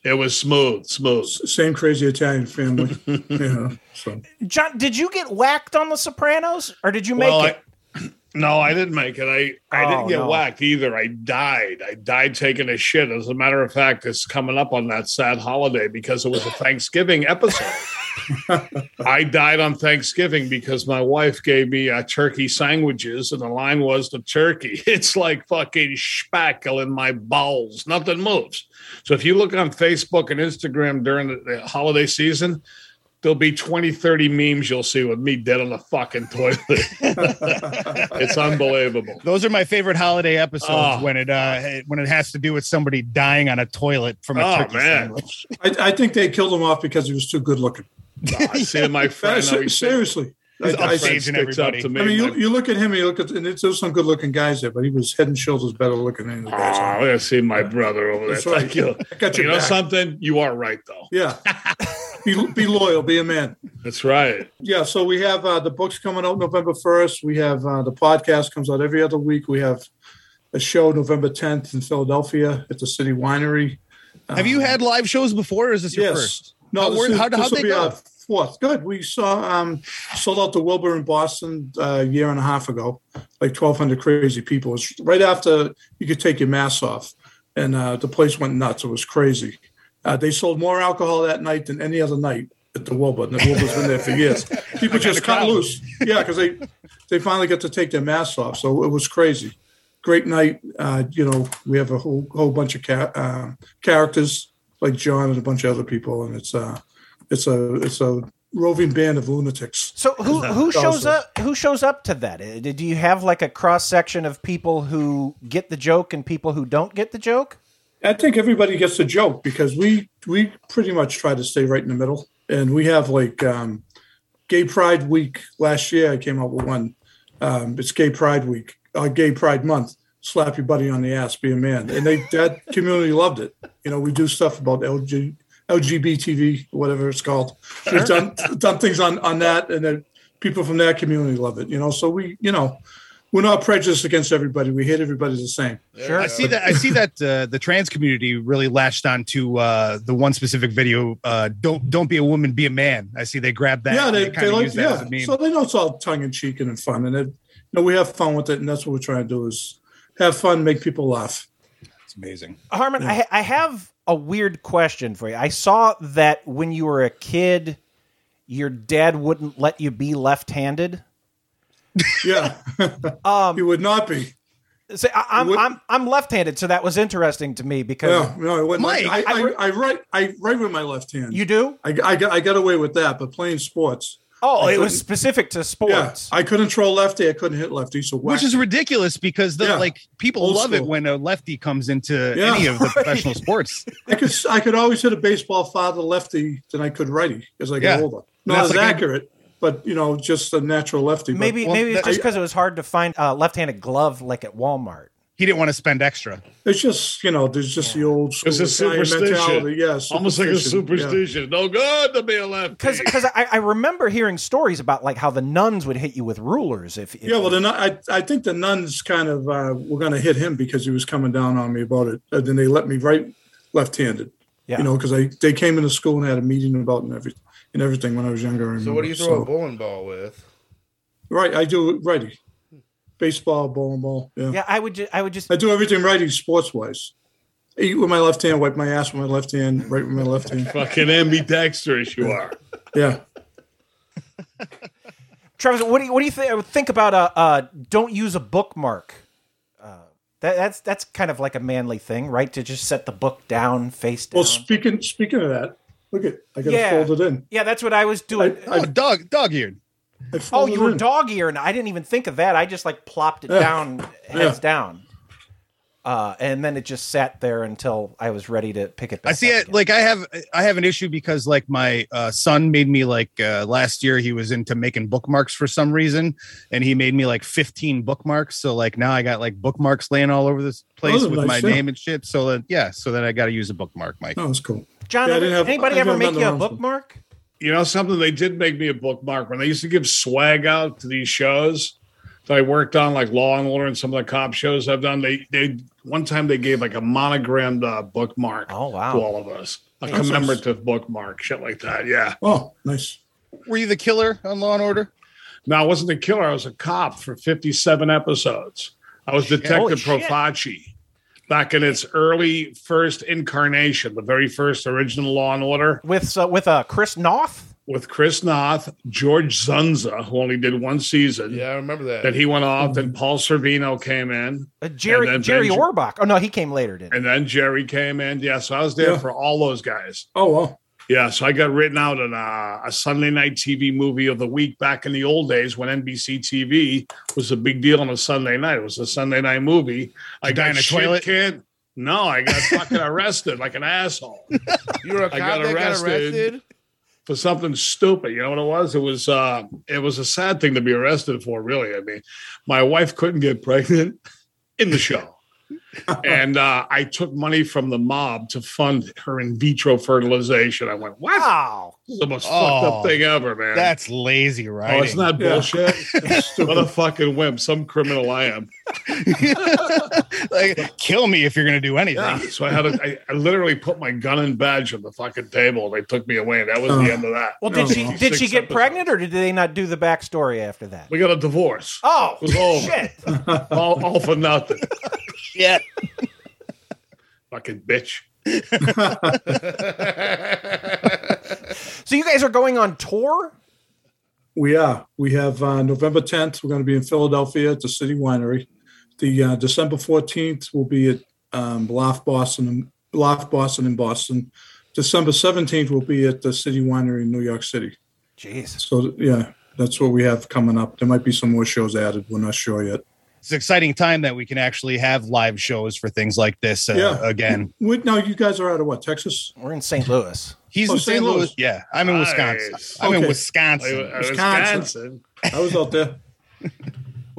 [SPEAKER 9] Yeah.
[SPEAKER 15] it was smooth, smooth.
[SPEAKER 9] Same crazy Italian family. yeah. So
[SPEAKER 2] John, did you get whacked on The Sopranos, or did you make
[SPEAKER 15] Well,
[SPEAKER 2] it?
[SPEAKER 15] I, no, I didn't make it. I, I
[SPEAKER 2] Oh,
[SPEAKER 15] didn't get
[SPEAKER 2] no.
[SPEAKER 15] whacked either. I died. I died taking a shit. As a matter of fact, it's coming up on that sad holiday because it was a Thanksgiving episode. I died on Thanksgiving because my wife gave me uh, turkey sandwiches, and the line was the turkey. It's like fucking spackle in my bowels. Nothing moves. So if you look on Facebook and Instagram during the, the holiday season, there'll be 20, 30 memes you'll see with me dead on the fucking toilet. it's unbelievable.
[SPEAKER 4] Those are my favorite holiday episodes
[SPEAKER 15] Oh.
[SPEAKER 4] when it uh, when it has to do with somebody dying on a toilet from a
[SPEAKER 15] Oh,
[SPEAKER 4] turkey
[SPEAKER 15] man.
[SPEAKER 4] sandwich.
[SPEAKER 9] I, I think they killed him off because he was too good looking.
[SPEAKER 15] I see my friend.
[SPEAKER 9] Se-
[SPEAKER 15] I see-
[SPEAKER 9] seriously. I,
[SPEAKER 15] his
[SPEAKER 9] I-
[SPEAKER 15] friend
[SPEAKER 4] upstaging
[SPEAKER 15] sticks up
[SPEAKER 4] everybody.
[SPEAKER 15] to me.
[SPEAKER 9] I mean, you,
[SPEAKER 15] like,
[SPEAKER 9] you look at him, and you look at, and it's, there's some good looking guys there, but he was head and shoulders better looking than the
[SPEAKER 15] "Aw,
[SPEAKER 9] guys.
[SPEAKER 15] I'm gonna see my brother over there.
[SPEAKER 9] That's right.
[SPEAKER 15] Thank Ah, you.
[SPEAKER 9] I got your
[SPEAKER 15] you know
[SPEAKER 9] back.
[SPEAKER 15] something? You are right though.
[SPEAKER 9] Yeah. be, be loyal, be a man.
[SPEAKER 15] That's right.
[SPEAKER 9] Yeah, so we have uh, the books coming out November 1st. We have uh, the podcast comes out every other week. We have a show November 10th in Philadelphia at the City Winery.
[SPEAKER 4] Have you had live shows before? or Is this your first?
[SPEAKER 9] No,
[SPEAKER 4] How
[SPEAKER 9] this
[SPEAKER 4] were-
[SPEAKER 9] is-
[SPEAKER 4] how- how'd
[SPEAKER 9] this'll
[SPEAKER 4] they
[SPEAKER 9] be
[SPEAKER 4] go?
[SPEAKER 9] our Fourth. Good. We saw um sold out the Wilbur in Boston uh, a year and a half ago, like twelve hundred crazy people. It's right after you could take your mask off, and uh, the place went nuts. It was crazy. Uh, they sold more alcohol that night than any other night at the Wilbur. And the Wilbur's been there for years. People just cut loose. Yeah, because they they finally get to take their masks off. So it was crazy. Great night. Uh, you know, we have a whole whole bunch of ca- uh, characters like John and a bunch of other people, and it's uh it's a it's a roving band of lunatics.
[SPEAKER 2] So who who shows up? Who shows up to that? Uh, Do you have like a cross section of people who get the joke and people who don't get the joke?
[SPEAKER 9] I think everybody gets a joke because we we pretty much try to stay right in the middle, and we have like um, Gay Pride Week last year. I came up with one. Um, it's Gay Pride Week, uh, Gay Pride Month. Slap your buddy on the ass, be a man, and they that community loved it. You know, we do stuff about LG, LGBTV, whatever it's called. We've done done things on on that, and then people from that community love it. You know, so we you know we're not prejudiced against everybody. We hate everybody the same.
[SPEAKER 4] I see that. I see that uh, the trans community really latched onto uh, the one specific video. Uh, don't don't be a woman, be a man. I see they grabbed that.
[SPEAKER 9] Yeah,
[SPEAKER 4] and
[SPEAKER 9] they,
[SPEAKER 4] kinda
[SPEAKER 9] they like
[SPEAKER 4] used that as
[SPEAKER 9] yeah.
[SPEAKER 4] a meme.
[SPEAKER 9] So they know it's all tongue in cheek and fun, and it, you know we have fun with it, and that's what we're trying to do is have fun, make people laugh.
[SPEAKER 4] It's amazing.
[SPEAKER 2] Harmon, I, I have a weird question for you. I saw that when you were a kid, your dad wouldn't let you be left-handed.
[SPEAKER 9] Yeah,
[SPEAKER 2] um,
[SPEAKER 9] he would not be.
[SPEAKER 2] So I, I'm, I'm I'm left-handed, so that was interesting to me because
[SPEAKER 9] Yeah, no, I wouldn't.
[SPEAKER 2] Mike,
[SPEAKER 9] I,
[SPEAKER 2] I-
[SPEAKER 9] I, I, write. I write with my left hand.
[SPEAKER 2] You do?
[SPEAKER 9] I, I, got, I got away with that, but playing sports.
[SPEAKER 2] Oh,
[SPEAKER 9] I
[SPEAKER 2] it was
[SPEAKER 9] couldn't-
[SPEAKER 2] specific to
[SPEAKER 9] Yeah,
[SPEAKER 2] sports.
[SPEAKER 9] I couldn't throw lefty. I couldn't hit lefty. So whack
[SPEAKER 4] Which is ridiculous because the,
[SPEAKER 9] Yeah.
[SPEAKER 4] like people
[SPEAKER 9] Old
[SPEAKER 4] love it
[SPEAKER 9] school.
[SPEAKER 4] when a lefty comes into
[SPEAKER 9] Yeah.
[SPEAKER 4] any of the
[SPEAKER 9] Right.
[SPEAKER 4] professional sports.
[SPEAKER 9] I could I could always hit a baseball farther lefty than I could righty as I got
[SPEAKER 4] Yeah.
[SPEAKER 9] older.
[SPEAKER 4] And
[SPEAKER 9] Not
[SPEAKER 4] that's
[SPEAKER 9] as
[SPEAKER 4] like a-
[SPEAKER 9] accurate, but you know, just a natural lefty. But-
[SPEAKER 2] maybe maybe it's just because it was hard to find a left-handed glove like at Walmart.
[SPEAKER 4] He didn't want to spend extra.
[SPEAKER 9] It's just you know, there's just the old school
[SPEAKER 15] It's a
[SPEAKER 9] Italian
[SPEAKER 15] superstition.
[SPEAKER 9] mentality. Yeah,
[SPEAKER 15] Almost like a
[SPEAKER 9] superstition,
[SPEAKER 15] superstition.
[SPEAKER 9] yeah.
[SPEAKER 15] No good to be a lefty.
[SPEAKER 2] Because I, I remember hearing stories about like how the nuns would hit you with rulers if, if
[SPEAKER 9] Yeah, well, the nun, I I think the nuns kind of uh, were going to hit him because he was coming down on me about it. And then they let me right left-handed.
[SPEAKER 2] Yeah.
[SPEAKER 9] you know, because I they came into school and had a meeting about and everything and everything when I was younger. I
[SPEAKER 3] So what do
[SPEAKER 9] remember.
[SPEAKER 3] you throw a
[SPEAKER 9] So-
[SPEAKER 3] bowling ball with?
[SPEAKER 9] right, I do righty, baseball, bowling ball. Yeah,
[SPEAKER 2] yeah, I would ju- I would just
[SPEAKER 9] I do everything righty sports wise. Eat with my left hand, wipe my ass with my left hand, right with my left hand.
[SPEAKER 15] Fucking ambidextrous you are.
[SPEAKER 9] Yeah.
[SPEAKER 2] Travis, what do you what do you think think about uh, uh don't use a bookmark? Uh, that, that's that's kind of like a manly thing, right? To just set the book down face down.
[SPEAKER 9] Well, speaking speaking of that, look at I got to
[SPEAKER 2] Yeah.
[SPEAKER 9] fold it in.
[SPEAKER 2] yeah, that's what I was doing.
[SPEAKER 9] I-
[SPEAKER 4] dog dog eared.
[SPEAKER 2] oh, you were
[SPEAKER 9] in.
[SPEAKER 2] dog eared, and I didn't even think of that. I just like plopped it
[SPEAKER 9] Yeah.
[SPEAKER 2] down, heads
[SPEAKER 4] Yeah.
[SPEAKER 2] down, uh, and then it just sat there until I was ready to pick it back.
[SPEAKER 4] I see it like I have I have an issue because like my uh, son made me like uh, last year he was into making bookmarks for some reason and he made me like 15 bookmarks so like now I got like bookmarks laying all over this place
[SPEAKER 9] Oh,
[SPEAKER 4] with
[SPEAKER 9] nice,
[SPEAKER 4] my
[SPEAKER 9] yeah.
[SPEAKER 4] name and shit so that yeah so then I got to use a bookmark Mike
[SPEAKER 9] Oh, it's cool.
[SPEAKER 2] John,
[SPEAKER 9] Yeah, I
[SPEAKER 2] ever-
[SPEAKER 9] didn't have-
[SPEAKER 2] anybody
[SPEAKER 9] I
[SPEAKER 2] ever
[SPEAKER 9] didn't
[SPEAKER 2] make
[SPEAKER 9] have
[SPEAKER 2] you a
[SPEAKER 9] another one.
[SPEAKER 2] bookmark?
[SPEAKER 15] You know something? They did make me a bookmark when they used to give swag out to these shows that I worked on, like Law and Order and some of the cop shows I've done. They they one time they gave like a monogrammed uh, bookmark
[SPEAKER 2] Oh wow!
[SPEAKER 15] to all of us, a
[SPEAKER 4] That's
[SPEAKER 15] commemorative bookmark, shit like that. Yeah.
[SPEAKER 9] Oh, nice.
[SPEAKER 4] Were you the killer on Law and Order?
[SPEAKER 15] No, I wasn't the killer. I was a cop for 57 episodes. I was
[SPEAKER 4] Holy
[SPEAKER 15] Detective
[SPEAKER 4] shit.
[SPEAKER 15] Profaci back in its early first incarnation, the very first original Law and Order.
[SPEAKER 2] With uh, with uh, Chris Noth,
[SPEAKER 15] with Chris Noth, George Zunza, who only did one season.
[SPEAKER 3] Yeah, I remember that.
[SPEAKER 15] Then he went off,
[SPEAKER 4] Mm-hmm.
[SPEAKER 15] then Paul Servino came in.
[SPEAKER 2] uh, Jerry
[SPEAKER 15] then
[SPEAKER 2] Jerry
[SPEAKER 15] Benji-
[SPEAKER 2] Orbach. Oh no, he came later, didn't? he?
[SPEAKER 15] And then Jerry came in. Yeah, so I was there
[SPEAKER 9] Yeah.
[SPEAKER 15] for all those guys.
[SPEAKER 9] Oh well.
[SPEAKER 15] Yeah, so I got written out in a, a Sunday night TV movie of the week back in the old days when NBC TV was a big deal on a Sunday night. It was a Sunday night movie. I
[SPEAKER 4] you die
[SPEAKER 15] got
[SPEAKER 4] in a
[SPEAKER 15] shit
[SPEAKER 4] toilet?
[SPEAKER 15] Kid. No, I got fucking arrested like an asshole.
[SPEAKER 3] You were a cop
[SPEAKER 15] I got
[SPEAKER 3] that
[SPEAKER 15] arrested.
[SPEAKER 3] got arrested.
[SPEAKER 15] for something stupid. You know what it was? It was uh, it was a sad thing to be arrested for. Really, I mean, my wife couldn't get pregnant in the show, and uh, I took money from the mob to fund her in vitro fertilization. I went, "What?
[SPEAKER 2] Wow.
[SPEAKER 15] This is the most
[SPEAKER 4] Oh,
[SPEAKER 15] fucked up thing ever, man."
[SPEAKER 4] That's lazy right?
[SPEAKER 15] Oh, it's not bullshit. what a fucking wimp! Some criminal I am.
[SPEAKER 4] like kill me if you're gonna do anything.
[SPEAKER 15] Yeah. So I had a, I, I literally put my gun and badge on the fucking table. They took me away, and that was the end of that.
[SPEAKER 2] Well, did she did she
[SPEAKER 15] 56
[SPEAKER 2] get
[SPEAKER 15] episodes.
[SPEAKER 2] pregnant, or did they not do the backstory after that?
[SPEAKER 15] We got a divorce.
[SPEAKER 2] Oh
[SPEAKER 15] It was over.
[SPEAKER 2] shit!
[SPEAKER 15] all, all for nothing.
[SPEAKER 4] Yeah.
[SPEAKER 15] Fucking bitch.
[SPEAKER 2] So you guys are going on tour?
[SPEAKER 9] We are. We have uh, November 10th, we're going to be in Philadelphia at the City Winery. The uh, December 14th will be at um, Loft Boston, Loft Boston in Boston. December 17th will be at the City Winery in New York City.
[SPEAKER 2] Jeez.
[SPEAKER 9] So, yeah, that's what we have coming up. There might be some more shows added. We're not sure yet.
[SPEAKER 4] It's an exciting time that we can actually have live shows for things like this uh,
[SPEAKER 9] Yeah.
[SPEAKER 4] again.
[SPEAKER 9] We, no, you guys are out of what, Texas?
[SPEAKER 2] We're in St. Louis.
[SPEAKER 4] He's
[SPEAKER 9] Oh,
[SPEAKER 4] in
[SPEAKER 9] St.
[SPEAKER 4] St. Louis.
[SPEAKER 9] Louis.
[SPEAKER 4] Yeah, I'm in Wisconsin.
[SPEAKER 9] Nice.
[SPEAKER 4] I'm in
[SPEAKER 9] Okay.
[SPEAKER 15] uh,
[SPEAKER 4] Wisconsin.
[SPEAKER 15] Wisconsin.
[SPEAKER 9] I was out there.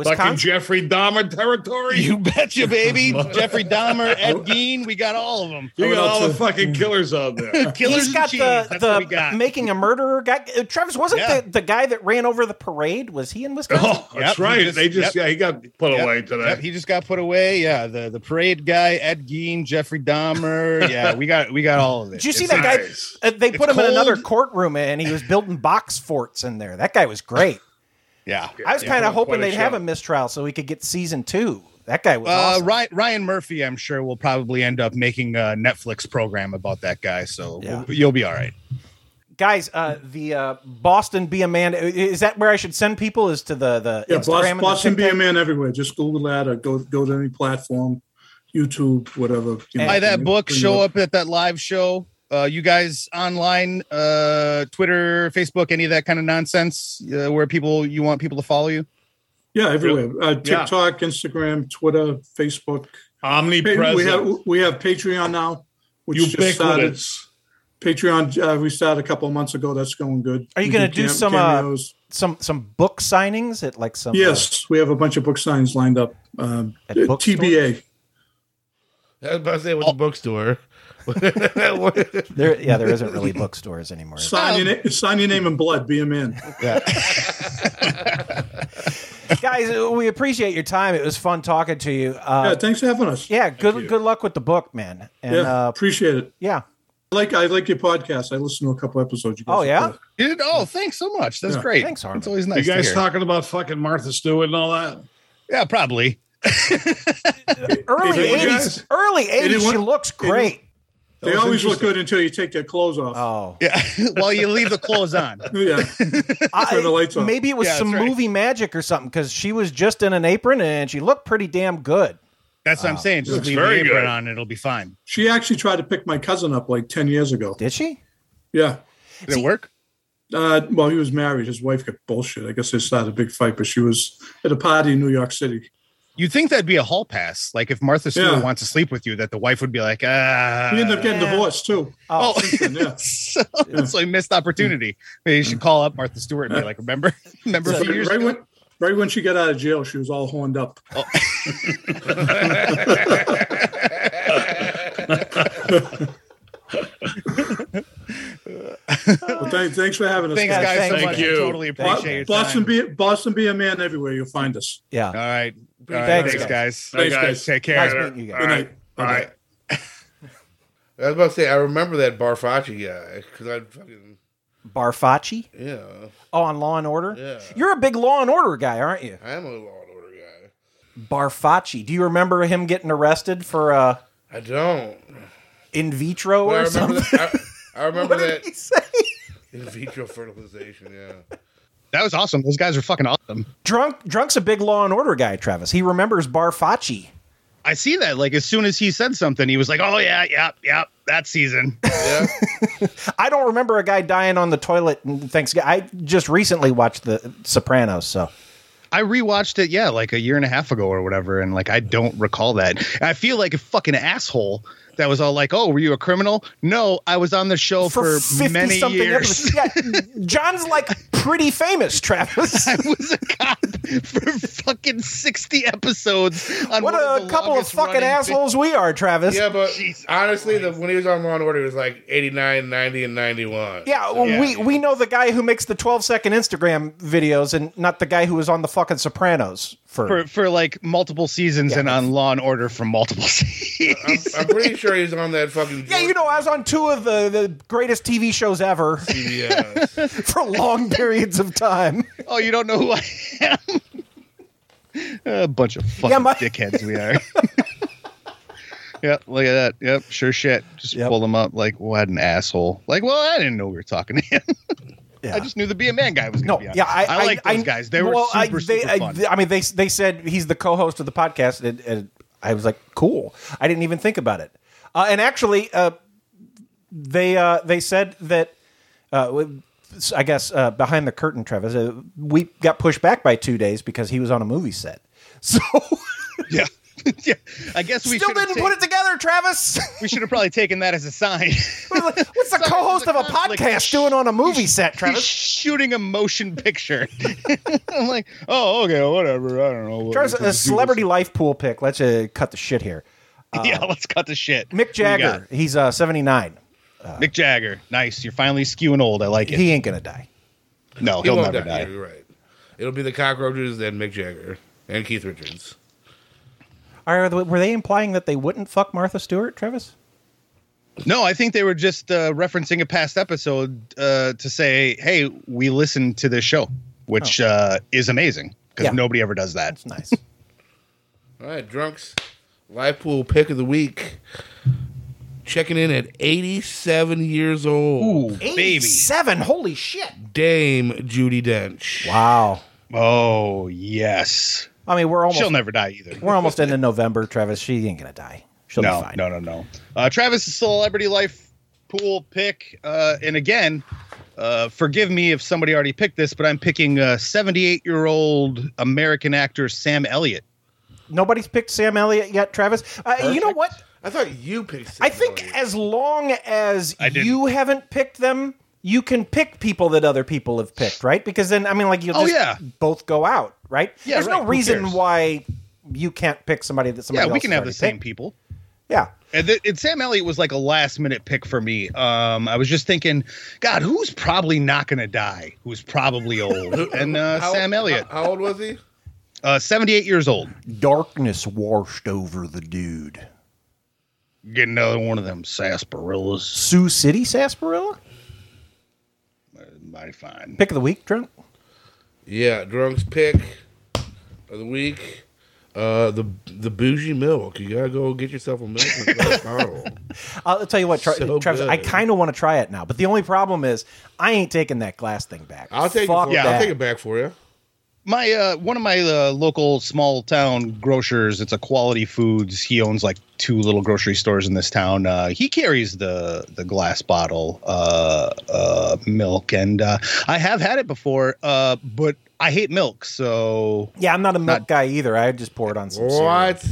[SPEAKER 15] Fucking Jeffrey Dahmer territory.
[SPEAKER 4] You betcha, baby. Jeffrey Dahmer, Ed Gein, we got all of them.
[SPEAKER 15] You got all the fucking killers out there.
[SPEAKER 4] Killers
[SPEAKER 2] He's
[SPEAKER 4] and
[SPEAKER 2] got
[SPEAKER 4] cheese,
[SPEAKER 2] the,
[SPEAKER 4] that's what
[SPEAKER 2] the
[SPEAKER 4] we got.
[SPEAKER 2] making a murderer guy. Uh, Travis, wasn't
[SPEAKER 4] Yeah.
[SPEAKER 2] the, the guy that ran over the parade? Was he in Wisconsin?
[SPEAKER 15] Oh,
[SPEAKER 4] Yep,
[SPEAKER 15] that's
[SPEAKER 4] he
[SPEAKER 15] right.
[SPEAKER 4] just-
[SPEAKER 15] they just
[SPEAKER 4] yep.
[SPEAKER 15] yeah, he got put
[SPEAKER 4] Yep,
[SPEAKER 15] away today.
[SPEAKER 4] yep, he just got put away. Yeah, the, the parade guy, Ed Gein, Jeffrey Dahmer. Yeah, we got we got all of it.
[SPEAKER 2] Did you see
[SPEAKER 4] It's
[SPEAKER 2] that guy?
[SPEAKER 4] nice.
[SPEAKER 2] Uh, they
[SPEAKER 4] It's
[SPEAKER 2] put him in another
[SPEAKER 4] cold.
[SPEAKER 2] courtroom and he was building box forts in there. That guy was great.
[SPEAKER 4] Yeah,
[SPEAKER 2] I was
[SPEAKER 4] Yeah.
[SPEAKER 2] kind of
[SPEAKER 4] Quite
[SPEAKER 2] hoping
[SPEAKER 4] a
[SPEAKER 2] they'd have
[SPEAKER 4] show.
[SPEAKER 2] a mistrial so we could get season two. That guy was
[SPEAKER 4] Uh,
[SPEAKER 2] awesome.
[SPEAKER 4] Ryan, Ryan Murphy, I'm sure, will probably end up making a Netflix program about that guy. So
[SPEAKER 2] Yeah.
[SPEAKER 4] we'll- you'll be all right.
[SPEAKER 2] Guys, uh, the uh, Boston Be a Man is that where I should send people? Is to the the
[SPEAKER 9] Yeah,
[SPEAKER 2] Instagram
[SPEAKER 9] Boston,
[SPEAKER 2] and the
[SPEAKER 9] Boston be a
[SPEAKER 2] TikTok?
[SPEAKER 9] man everywhere. Just Google that or go go to any platform, YouTube, whatever. you know,
[SPEAKER 4] Buy that
[SPEAKER 9] you
[SPEAKER 4] book.
[SPEAKER 9] bring it
[SPEAKER 4] Show up at that live show. Uh, you guys online, uh, Twitter, Facebook, any of that kind of nonsense uh, where people you want people to follow you.
[SPEAKER 9] Yeah, everywhere. Uh,
[SPEAKER 4] Yeah.
[SPEAKER 9] TikTok, Instagram, Twitter, Facebook.
[SPEAKER 15] Omnipresent.
[SPEAKER 9] We have we have Patreon now, which just started.
[SPEAKER 15] Ubiquitous.
[SPEAKER 9] Patreon, uh, we started a couple of months ago. That's going good.
[SPEAKER 2] Are you
[SPEAKER 9] We
[SPEAKER 2] going to do
[SPEAKER 9] cam-
[SPEAKER 2] some uh,
[SPEAKER 9] cameos.
[SPEAKER 2] some some book signings at like some? uh,
[SPEAKER 9] yes, we have a bunch of book signs lined up. Um,
[SPEAKER 2] At bookstores?
[SPEAKER 9] TBA.
[SPEAKER 3] I was about to say with
[SPEAKER 4] Oh.
[SPEAKER 3] the bookstore.
[SPEAKER 2] there, yeah, there isn't really bookstores anymore. is
[SPEAKER 9] Sign your, na- sign your name in blood. Be a man.
[SPEAKER 4] Yeah.
[SPEAKER 2] there? Guys, uh, we appreciate your time. It was fun talking to you. Uh,
[SPEAKER 9] yeah, thanks for having us.
[SPEAKER 2] yeah, good good luck with the book, man. And
[SPEAKER 9] yeah,
[SPEAKER 2] uh,
[SPEAKER 9] appreciate it.
[SPEAKER 2] yeah.
[SPEAKER 9] I like I like your podcast. I listened to a couple episodes. You guys
[SPEAKER 2] Oh
[SPEAKER 9] are
[SPEAKER 2] yeah.
[SPEAKER 9] cool.
[SPEAKER 4] Did- oh, thanks so much. That's
[SPEAKER 9] Yeah.
[SPEAKER 4] great.
[SPEAKER 2] Thanks, Harmon.
[SPEAKER 4] It's always
[SPEAKER 15] You
[SPEAKER 4] nice. to
[SPEAKER 15] guys
[SPEAKER 4] hear.
[SPEAKER 15] talking about fucking Martha Stewart and all that?
[SPEAKER 4] Yeah, probably.
[SPEAKER 2] Early
[SPEAKER 15] Hey, you
[SPEAKER 2] eighties.
[SPEAKER 15] guys-
[SPEAKER 2] Early eighties.
[SPEAKER 9] Anyone-
[SPEAKER 2] She looks great.
[SPEAKER 9] They always look good until you take their clothes off.
[SPEAKER 2] Oh,
[SPEAKER 4] Yeah. While you leave the clothes on.
[SPEAKER 9] Yeah. Turn the lights on.
[SPEAKER 2] maybe it was
[SPEAKER 4] Yeah,
[SPEAKER 2] some
[SPEAKER 4] that's right.
[SPEAKER 2] movie magic or something because she was just in an apron and she looked pretty damn good.
[SPEAKER 4] That's what I'm saying. Just
[SPEAKER 15] Looks
[SPEAKER 4] leave the
[SPEAKER 15] very
[SPEAKER 4] apron
[SPEAKER 15] good.
[SPEAKER 4] on. It'll be fine.
[SPEAKER 9] She actually tried to pick my cousin up like 10 years ago.
[SPEAKER 2] Did she?
[SPEAKER 9] Yeah.
[SPEAKER 4] Did it work?
[SPEAKER 9] Uh, well, he was married. His wife got bullshit. I guess they started a big fight, but she was at a party in New York City.
[SPEAKER 4] You'd think that'd be a hall pass. Like if Martha Stewart
[SPEAKER 9] Yeah.
[SPEAKER 4] wants to sleep with you, that the wife would be like, ah.
[SPEAKER 9] We ended up getting divorced too.
[SPEAKER 4] Oh,
[SPEAKER 9] Yeah.
[SPEAKER 4] so, so I missed opportunity. Maybe you should call up Martha Stewart and be like, remember, remember a few years
[SPEAKER 9] right,
[SPEAKER 4] ago?
[SPEAKER 9] when, right when she got out of jail, she was all horned up. Well, thank, thanks for having us.
[SPEAKER 4] Thanks,
[SPEAKER 2] Yeah,
[SPEAKER 4] guys,
[SPEAKER 2] thank
[SPEAKER 4] so
[SPEAKER 2] you.
[SPEAKER 4] much.
[SPEAKER 15] you.
[SPEAKER 4] I totally
[SPEAKER 9] Bo-
[SPEAKER 4] appreciate your time.
[SPEAKER 9] Boston be Boston be a man everywhere. You'll find us.
[SPEAKER 2] Yeah.
[SPEAKER 4] All right. All right.
[SPEAKER 2] Thanks,
[SPEAKER 4] Thanks, guys.
[SPEAKER 15] Thanks, guys.
[SPEAKER 4] Take care.
[SPEAKER 2] Nice meeting you guys.
[SPEAKER 15] All right. All
[SPEAKER 9] Bye-bye.
[SPEAKER 15] right.
[SPEAKER 3] I was about to say I remember that Barfacci guy because I fucking
[SPEAKER 2] Barfacci.
[SPEAKER 3] yeah.
[SPEAKER 2] Oh, on Law and Order.
[SPEAKER 3] Yeah.
[SPEAKER 2] You're a big Law and Order guy, aren't you?
[SPEAKER 3] I am a law and order guy.
[SPEAKER 2] Barfacci. Do you remember him getting arrested for uh,
[SPEAKER 3] I don't.
[SPEAKER 2] in vitro
[SPEAKER 3] But I
[SPEAKER 2] or
[SPEAKER 3] remember
[SPEAKER 2] something?
[SPEAKER 3] that. I, I remember
[SPEAKER 2] What did
[SPEAKER 3] that
[SPEAKER 2] he say?
[SPEAKER 3] in vitro fertilization. Yeah.
[SPEAKER 4] That was awesome. Those guys are fucking awesome.
[SPEAKER 2] Drunk. Drunk's a big Law and Order guy, Travis. He remembers Barfacci.
[SPEAKER 4] I see that. Like as soon as he said something, he was like, oh, yeah, yeah, yeah, that season.
[SPEAKER 3] Yeah.
[SPEAKER 2] I don't remember a guy dying on the toilet. and Thanks. I just recently watched The Sopranos, so
[SPEAKER 4] I rewatched it, yeah, like a year and a half ago or whatever, and like I don't recall that. And I feel like a fucking asshole that was all like, "Oh, were you a criminal?" No, I was on the show for, many
[SPEAKER 2] episodes-
[SPEAKER 4] years.
[SPEAKER 2] Yeah, John's like pretty famous, Travis.
[SPEAKER 4] I was a cop for fucking sixty episodes. On
[SPEAKER 2] what
[SPEAKER 4] one of
[SPEAKER 2] a
[SPEAKER 4] the
[SPEAKER 2] couple of
[SPEAKER 4] longest
[SPEAKER 2] fucking
[SPEAKER 4] running-
[SPEAKER 2] assholes we are, Travis.
[SPEAKER 3] Yeah, but
[SPEAKER 4] Jesus
[SPEAKER 3] honestly, the, when he was on Law and Order, it was like 89, 90, and 91.
[SPEAKER 2] Yeah, well,
[SPEAKER 4] Yeah.
[SPEAKER 2] we we know the guy who makes the 12 second Instagram videos and not the guy who was on the fucking Sopranos for.
[SPEAKER 4] For, for like multiple seasons
[SPEAKER 2] Yeah.
[SPEAKER 4] and on Law and Order for multiple
[SPEAKER 3] I'm,
[SPEAKER 4] seasons.
[SPEAKER 3] I'm pretty sure he's on that fucking.
[SPEAKER 2] yeah, you know, I was on two of the, the greatest TV shows ever
[SPEAKER 3] CBS.
[SPEAKER 2] for long periods of time.
[SPEAKER 4] oh, you don't know who I am? a bunch of fucking
[SPEAKER 2] my-
[SPEAKER 4] dickheads we are. Yep, look at that. Yep, sure shit. Just pulled him up. Like, what an asshole. Like, well, I didn't know we were talking to him. I just knew the be a man guy was going to be on.
[SPEAKER 2] Yeah, I,
[SPEAKER 4] I, like those guys. They were
[SPEAKER 2] well, I-
[SPEAKER 4] super,
[SPEAKER 2] they-
[SPEAKER 4] super
[SPEAKER 2] I-
[SPEAKER 4] fun.
[SPEAKER 2] I, mean, they they said he's the co-host of the podcast, and, and I was like, cool. I didn't even think about it. Uh, and actually, uh, they uh, they said that uh, w- I guess uh, behind the curtain, Travis, uh, we got pushed back by two days because he was on a movie set. So
[SPEAKER 4] yeah. I guess we
[SPEAKER 2] Still
[SPEAKER 4] should've
[SPEAKER 2] didn't
[SPEAKER 4] ta-
[SPEAKER 2] put it together, Travis.
[SPEAKER 4] we should have probably taken that as a sign.
[SPEAKER 2] What's the co-host of a podcast doing on a movie set, Travis?
[SPEAKER 4] shooting a motion picture. I'm like, oh, okay, whatever. I don't know. what-
[SPEAKER 2] Travis,
[SPEAKER 4] we can
[SPEAKER 2] a
[SPEAKER 4] do
[SPEAKER 2] celebrity life pool pick. Let's uh, cut the shit here.
[SPEAKER 4] this. yeah, let's cut the shit.
[SPEAKER 2] Mick Jagger, he's uh, 79.
[SPEAKER 4] Mick Jagger, nice. You're finally skewing old. I like it.
[SPEAKER 2] He ain't gonna die.
[SPEAKER 4] No,
[SPEAKER 3] He
[SPEAKER 4] he'll
[SPEAKER 3] won't
[SPEAKER 4] never die.
[SPEAKER 3] Yeah, you're right. It'll be the cockroaches, then Mick Jagger and Keith Richards.
[SPEAKER 2] Are, the- were they implying that they wouldn't fuck Martha Stewart, Travis?
[SPEAKER 4] No, I think they were just uh, referencing a past episode uh, to say, hey, we listened to this show, which uh, is amazing because nobody ever does that. It's
[SPEAKER 2] nice.
[SPEAKER 3] All right, drunks. Live pool pick of the week. Checking in at 87 years old.
[SPEAKER 2] Seven. Holy shit.
[SPEAKER 3] Dame Judy Dench.
[SPEAKER 2] Wow.
[SPEAKER 4] Oh, yes.
[SPEAKER 2] I mean, we're almost.
[SPEAKER 4] She'll never die either.
[SPEAKER 2] We're almost into November, Travis. She ain't gonna die. She'll
[SPEAKER 4] no,
[SPEAKER 2] be fine.
[SPEAKER 4] no, no, no. Uh, Travis' celebrity life pool pick. Uh, and again, uh, forgive me if somebody already picked this, but I'm picking 78 year old American actor Sam Elliott.
[SPEAKER 2] Nobody's picked Sam Elliott yet, Travis. Uh, you know what?
[SPEAKER 3] I thought you picked.
[SPEAKER 2] I think as long as you haven't picked them, you can pick people that other people have picked, right? Because then, I mean, like you'll
[SPEAKER 4] Oh,
[SPEAKER 2] just
[SPEAKER 4] yeah.
[SPEAKER 2] both go out, right?
[SPEAKER 4] Yeah,
[SPEAKER 2] There's
[SPEAKER 4] right.
[SPEAKER 2] no
[SPEAKER 4] Who
[SPEAKER 2] reason
[SPEAKER 4] cares?
[SPEAKER 2] why you can't pick somebody that somebody
[SPEAKER 4] yeah,
[SPEAKER 2] else
[SPEAKER 4] we can
[SPEAKER 2] has
[SPEAKER 4] have the
[SPEAKER 2] already
[SPEAKER 4] same
[SPEAKER 2] picked.
[SPEAKER 4] people.
[SPEAKER 2] Yeah.
[SPEAKER 4] And, th- and Sam Elliott was like a last minute pick for me. Um, I was just thinking, God, who's probably not going to die? Who's probably old? and uh,
[SPEAKER 3] How-
[SPEAKER 4] Sam Elliott,
[SPEAKER 3] How, how old was he?
[SPEAKER 4] uh, 78 years old.
[SPEAKER 2] Darkness washed over the dude.
[SPEAKER 4] Get another one of them sarsaparillas.
[SPEAKER 2] Sioux City Sarsaparilla?
[SPEAKER 4] Mighty fine.
[SPEAKER 2] Pick of the week, drunk?
[SPEAKER 3] Yeah, drunks pick of the week. Uh, the the bougie milk. You gotta go get yourself a milk in a glass bottle.
[SPEAKER 2] I'll tell you what, Tra-
[SPEAKER 3] So
[SPEAKER 2] Travis, I
[SPEAKER 3] good.
[SPEAKER 2] kind of want to try it now, but the only problem is I ain't taking that glass thing back.
[SPEAKER 3] I'll take
[SPEAKER 2] Fuck
[SPEAKER 3] it. For, yeah,
[SPEAKER 2] that.
[SPEAKER 3] I'll take it back for you.
[SPEAKER 4] my uh, one of my uh, local small town grocers it's a quality foods he owns like two little grocery stores in this town uh, he carries the the glass bottle uh, uh, milk and uh, i have had it before uh, but i hate milk so
[SPEAKER 2] Yeah, I'm not a milk guy either. I just pour it on some cereal.
[SPEAKER 3] What?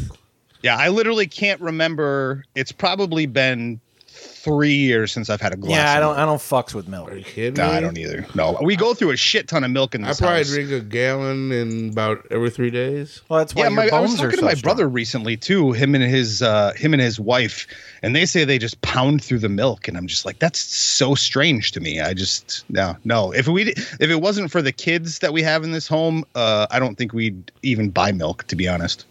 [SPEAKER 4] yeah i literally can't remember it's probably been three years since i've had a glass
[SPEAKER 2] Yeah, I
[SPEAKER 4] of
[SPEAKER 2] don't. I don't fucks with milk.
[SPEAKER 3] Kidding
[SPEAKER 4] No,
[SPEAKER 3] me?
[SPEAKER 4] I don't either. No, we go through a shit ton of milk in
[SPEAKER 3] I
[SPEAKER 4] this
[SPEAKER 3] probably
[SPEAKER 4] house.
[SPEAKER 3] drink a gallon in about every three days.
[SPEAKER 2] Well, that's why
[SPEAKER 4] yeah,
[SPEAKER 2] your
[SPEAKER 4] my,
[SPEAKER 2] bones
[SPEAKER 4] I was talking
[SPEAKER 2] are
[SPEAKER 4] to my
[SPEAKER 2] so
[SPEAKER 4] brother recently too. Him and his uh, him and his wife, and they say they just pound through the milk, and I'm just like, that's so strange to me. I just no, no. If we if it wasn't for the kids that we have in this home, uh, I don't think we'd even buy milk to be honest.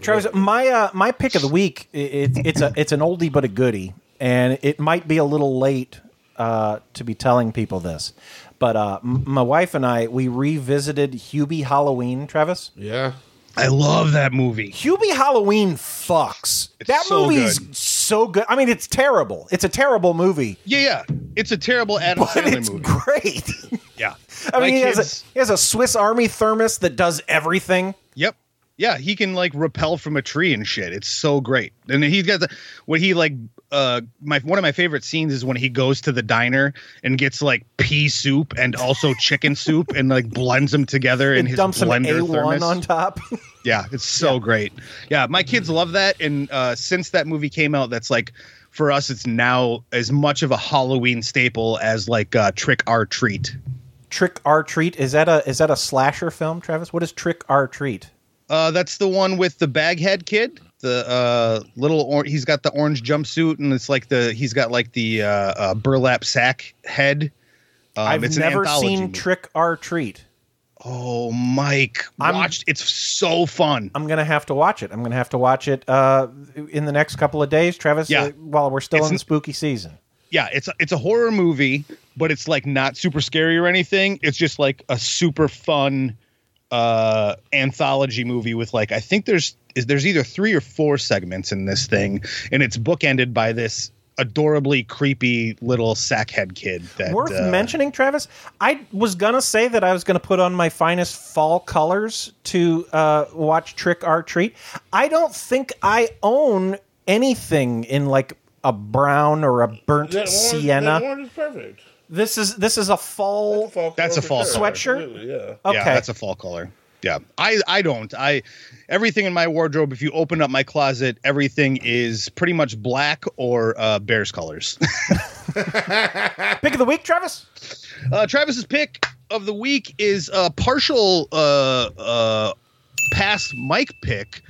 [SPEAKER 2] Travis, my uh, my pick of the week. i- It, it's a it's an oldie but a goodie, and it might be a little late uh, to be telling people this, but uh, m- my wife and I we revisited Hubie Halloween. Travis,
[SPEAKER 3] Yeah.
[SPEAKER 4] I love that movie.
[SPEAKER 2] Hubie Halloween fucks. that
[SPEAKER 4] so
[SPEAKER 2] movie is
[SPEAKER 4] good.
[SPEAKER 2] so good. I mean, it's terrible. It's a terrible movie.
[SPEAKER 4] Yeah, yeah. It's a terrible Adam
[SPEAKER 2] But
[SPEAKER 4] Sandler
[SPEAKER 2] it's
[SPEAKER 4] movie.
[SPEAKER 2] great.
[SPEAKER 4] Yeah,
[SPEAKER 2] I
[SPEAKER 4] My
[SPEAKER 2] mean, he
[SPEAKER 4] kids-
[SPEAKER 2] has, a, he has a Swiss Army thermos that does everything.
[SPEAKER 4] Yep. Yeah, he can like rappel from a tree and shit. It's so great. And he's got the what he like uh my one of my favorite scenes is when he goes to the diner and gets like pea soup and also chicken soup and like blends them together in
[SPEAKER 2] It
[SPEAKER 4] his
[SPEAKER 2] dumps an
[SPEAKER 4] blender
[SPEAKER 2] A1
[SPEAKER 4] thermos.
[SPEAKER 2] on Mm-hmm. top.
[SPEAKER 4] Yeah, it's so great. Yeah, my kids love that. And uh, since that movie came out, that's like for us, it's now as much of a Halloween staple as like uh, Trick or Treat.
[SPEAKER 2] Trick or Treat is that a is that a slasher film, Travis? What is Trick or Treat?
[SPEAKER 4] Uh, that's the one with the baghead kid. The uh, little or- he's got the orange jumpsuit and it's like the he's got like the uh, uh, burlap sack head. Um,
[SPEAKER 2] I've
[SPEAKER 4] it's an
[SPEAKER 2] never
[SPEAKER 4] anthology
[SPEAKER 2] seen
[SPEAKER 4] movie.
[SPEAKER 2] Trick or Treat.
[SPEAKER 4] Oh, Mike,
[SPEAKER 2] I'm,
[SPEAKER 4] watched. It's so fun.
[SPEAKER 2] I'm gonna have to watch it. I'm gonna have to watch it uh, in the next couple of days, Travis.
[SPEAKER 4] Yeah.
[SPEAKER 2] uh, while we're still
[SPEAKER 4] It's
[SPEAKER 2] in
[SPEAKER 4] n-
[SPEAKER 2] the spooky season.
[SPEAKER 4] Yeah, it's a, it's a horror movie, but it's like not super scary or anything. It's just like a super fun uh, anthology movie with like I think there's is there's either three or four segments in this thing, and it's bookended by this adorably creepy little sackhead kid. That
[SPEAKER 2] Worth
[SPEAKER 4] uh,
[SPEAKER 2] mentioning, Travis. I was gonna say that I was gonna put on my finest fall colors to uh, watch Trick or Treat. I don't think I own anything in like a brown or a burnt
[SPEAKER 3] That orange,
[SPEAKER 2] sienna.
[SPEAKER 3] that orange is perfect.
[SPEAKER 2] This is this is a fall.
[SPEAKER 4] That's a fall color.
[SPEAKER 2] sweatshirt.
[SPEAKER 3] Yeah.
[SPEAKER 2] Okay.
[SPEAKER 4] Yeah, that's a fall color. Yeah. I I don't. I everything in my wardrobe if you open up my closet, everything is pretty much black or uh bears colors.
[SPEAKER 2] pick of the week, Travis?
[SPEAKER 4] Uh Travis's pick of the week is a partial uh uh past Mike pick,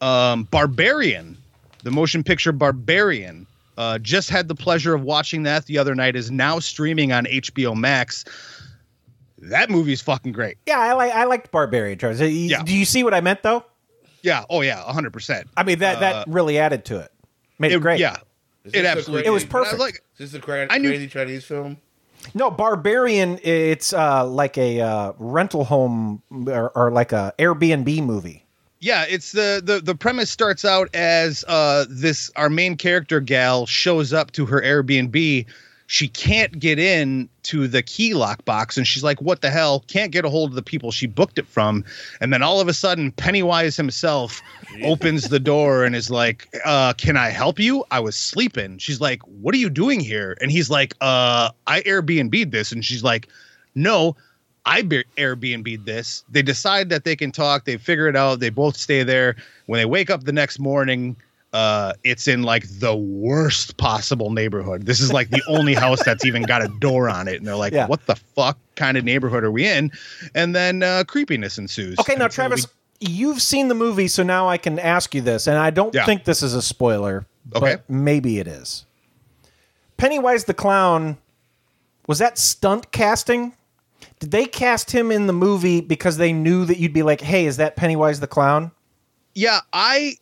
[SPEAKER 4] um Barbarian. The motion picture Barbarian. Uh, just had the pleasure of watching that the other night is now streaming on HBO Max. That movie's fucking great.
[SPEAKER 2] Yeah, I like I liked Barbarian Travis. You- Do you see what I meant though?
[SPEAKER 4] Yeah. Oh yeah. hundred percent.
[SPEAKER 2] I mean that
[SPEAKER 4] Uh,
[SPEAKER 2] that really added to it. Made it, great.
[SPEAKER 4] Yeah.
[SPEAKER 3] Is this
[SPEAKER 4] It
[SPEAKER 3] the
[SPEAKER 4] absolutely.
[SPEAKER 3] crazy-
[SPEAKER 2] It was perfect.
[SPEAKER 3] I Like, is this the cra-
[SPEAKER 2] I knew-
[SPEAKER 3] crazy Chinese film?
[SPEAKER 2] No, Barbarian. It's uh, like a uh, rental home or, or like a Airbnb movie.
[SPEAKER 4] Yeah, it's the, the the premise starts out as uh this our main character gal shows up to her Airbnb. She can't get in to the key lock box and she's like, What the hell? Can't get a hold of the people she booked it from. And then all of a sudden, Pennywise himself opens the door and is like, uh, can I help you? I was sleeping. She's like, What are you doing here? And he's like, Uh, I Airbnb'd this, and she's like, No, I be- Airbnb'd this. They decide that they can talk. They figure it out. They both stay there. When they wake up the next morning, uh, it's in like the worst possible neighborhood. This is like the only house that's even got a door on it. And they're like, what the fuck kind of neighborhood are we in? And then uh, creepiness ensues.
[SPEAKER 2] Okay,
[SPEAKER 4] And
[SPEAKER 2] now
[SPEAKER 4] it's gonna
[SPEAKER 2] Travis,
[SPEAKER 4] be-
[SPEAKER 2] you've seen the movie, so now I can ask you this, and I don't
[SPEAKER 4] Yeah.
[SPEAKER 2] think this is a spoiler,
[SPEAKER 4] Okay.
[SPEAKER 2] but maybe it is. Pennywise the clown was that stunt casting? Did they cast him in the movie because they knew that you'd be like, "Hey, is that Pennywise the clown?"
[SPEAKER 4] yeah, I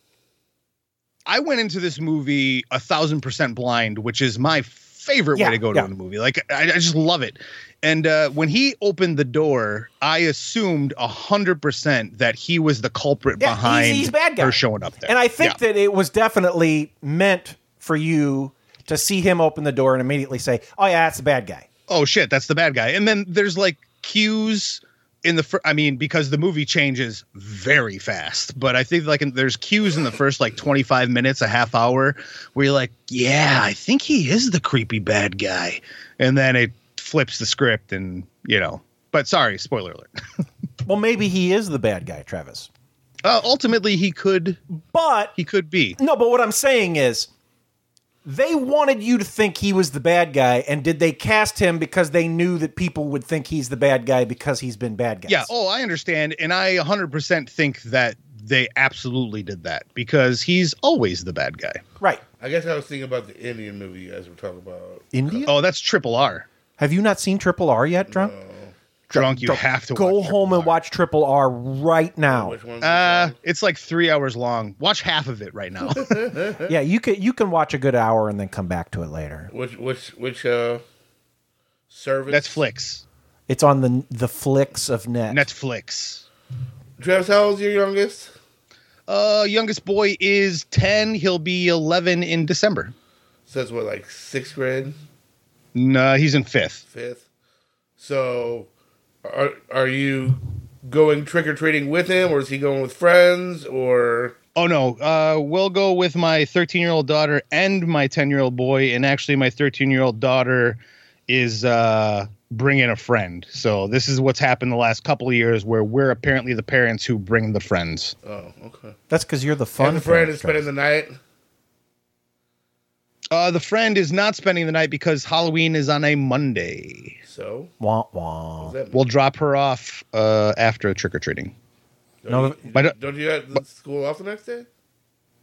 [SPEAKER 4] I went into this movie a thousand percent blind, which is my favorite
[SPEAKER 2] Yeah,
[SPEAKER 4] way to go
[SPEAKER 2] yeah.
[SPEAKER 4] to a movie. Like I, I just love it. And uh, when he opened the door, I assumed a hundred percent that he was the culprit
[SPEAKER 2] Yeah, he's-
[SPEAKER 4] behind
[SPEAKER 2] he's bad guy.
[SPEAKER 4] her showing up there.
[SPEAKER 2] And I think that it was definitely meant for you to see him open the door and immediately say, "Oh yeah, that's the bad guy."
[SPEAKER 4] oh shit, that's the bad guy. And then there's like cues in the fir- I mean, because the movie changes very fast, but I think like in, there's cues in the first like 25 minutes, a half hour, where you're like, yeah, I think he is the creepy bad guy, and then it flips the script, and you know. But sorry, spoiler alert.
[SPEAKER 2] Well, maybe he is the bad guy, Travis.
[SPEAKER 4] Uh, ultimately, he could,
[SPEAKER 2] but
[SPEAKER 4] he could be.
[SPEAKER 2] No, but what I'm saying is, they wanted you to think he was the bad guy, and did they cast him because they knew that people would think he's the bad guy because he's been bad guys?
[SPEAKER 4] Yeah. Oh, I understand, and I 100% think that they absolutely did that because he's always the bad guy.
[SPEAKER 2] Right.
[SPEAKER 3] I guess I was thinking about the Indian movie you guys were talking about.
[SPEAKER 2] India.
[SPEAKER 4] Oh, that's Triple R.
[SPEAKER 2] Have you not seen Triple R yet, drunk?
[SPEAKER 4] Drunk, you
[SPEAKER 2] Dr-
[SPEAKER 4] have to
[SPEAKER 2] go home and watch Triple R right now.
[SPEAKER 4] Uh, it's like three hours long. Watch half of it right now.
[SPEAKER 2] Yeah, you can you can watch a good hour and then come back to it later.
[SPEAKER 3] Which which which uh service?
[SPEAKER 4] That's Flix.
[SPEAKER 2] It's on the the flicks of net.
[SPEAKER 4] Netflix.
[SPEAKER 3] Travis, how old's your youngest?
[SPEAKER 4] Uh, youngest boy is ten. He'll be eleven in December.
[SPEAKER 3] So that's what like sixth grade,
[SPEAKER 4] No, he's in fifth.
[SPEAKER 3] fifth. So are are you going trick or treating with him, or is he going with friends, or
[SPEAKER 4] Oh no. Uh, we'll go with my thirteen-year-old daughter and my ten-year-old boy, and actually, my thirteen-year-old daughter is uh bringing a friend. So this is what's happened the last couple of years, where we're apparently the parents who bring the friends.
[SPEAKER 3] oh okay.
[SPEAKER 2] That's because you're the fun
[SPEAKER 3] And the friend
[SPEAKER 2] parent,
[SPEAKER 3] is spending the night.
[SPEAKER 4] Uh, the friend is not spending the night because Halloween is on a Monday.
[SPEAKER 3] So
[SPEAKER 2] Wah, wah.
[SPEAKER 3] that
[SPEAKER 4] We'll drop her off uh, after trick or treating.
[SPEAKER 2] No,
[SPEAKER 4] But uh,
[SPEAKER 3] don't you have the school off the next day?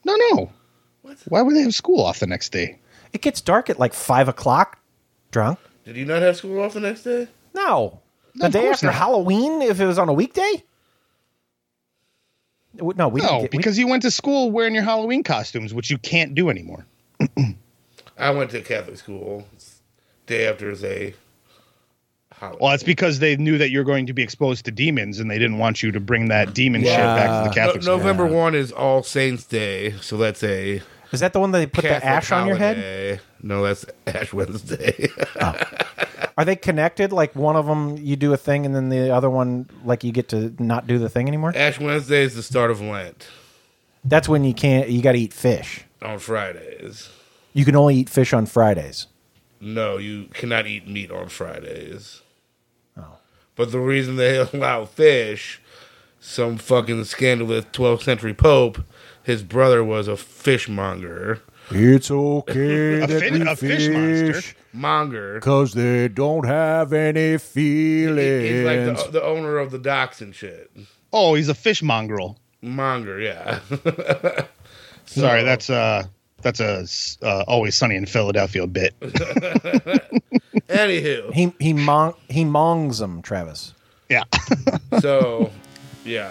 [SPEAKER 4] no, no. Why would they have school off the next day?
[SPEAKER 2] it gets dark at like five o'clock. Drunk?
[SPEAKER 3] Did you not have school off the next day?
[SPEAKER 2] No.
[SPEAKER 4] No,
[SPEAKER 2] The
[SPEAKER 4] of
[SPEAKER 2] day
[SPEAKER 4] course
[SPEAKER 2] after
[SPEAKER 4] not.
[SPEAKER 2] Halloween, if it was on a weekday. It would- No, we
[SPEAKER 4] no,
[SPEAKER 2] didn't get, we-
[SPEAKER 4] because you went to school wearing your Halloween costumes, which you can't do anymore.
[SPEAKER 3] I went to Catholic school. Day after is a
[SPEAKER 4] Well, it's because they knew that you're going to be exposed to demons, and they didn't want you to bring that demon shit back to the Catholic.
[SPEAKER 3] No-
[SPEAKER 4] school.
[SPEAKER 3] November one is All Saints Day, so that's a.
[SPEAKER 2] Is that the one that they put the ash on your head?
[SPEAKER 3] No, that's Ash Wednesday.
[SPEAKER 2] Are they connected? Like one of them, you do a thing, and then the other one, like you get to not do the thing anymore.
[SPEAKER 3] ash Wednesday is the start of Lent
[SPEAKER 2] That's when you can't. You got to eat fish.
[SPEAKER 3] on Fridays.
[SPEAKER 2] You can only eat fish on Fridays.
[SPEAKER 3] No, you cannot eat meat on Fridays.
[SPEAKER 5] Oh.
[SPEAKER 3] But the reason they allow fish, some fucking scandalous 12th century pope, his brother was a fishmonger.
[SPEAKER 5] It's okay that we fish
[SPEAKER 3] Monger.
[SPEAKER 5] because they don't have any feelings.
[SPEAKER 3] He's like the, the owner of the docks and shit.
[SPEAKER 4] Oh, he's a fish mongrel.
[SPEAKER 3] Monger, yeah.
[SPEAKER 4] Sorry, that's uh that's a s- uh, always sunny in Philadelphia bit.
[SPEAKER 3] Anywho,
[SPEAKER 2] He he mong he mongs them, Travis.
[SPEAKER 4] Yeah.
[SPEAKER 3] so yeah,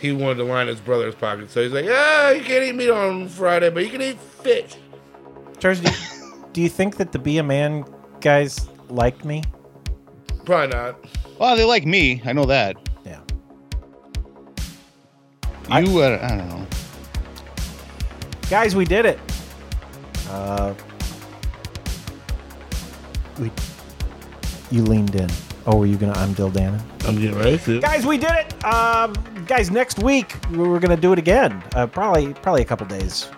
[SPEAKER 3] he wanted to line his brother's pocket. So he's like, ah, you can't eat meat on Friday, but you can eat fish.
[SPEAKER 2] Charles, do you, do you think that the be a man guys liked me?
[SPEAKER 3] Probably not.
[SPEAKER 4] Well, they like me. I know that.
[SPEAKER 2] Yeah.
[SPEAKER 4] You, uh, I don't know.
[SPEAKER 2] Guys, we did it. Uh, we you leaned in. Oh, were you gonna? I'm Dil Dana.
[SPEAKER 3] I'm getting ready to.
[SPEAKER 2] Guys, we did it. Um, guys, next week we- we're gonna do it again. Uh, probably, probably a couple days.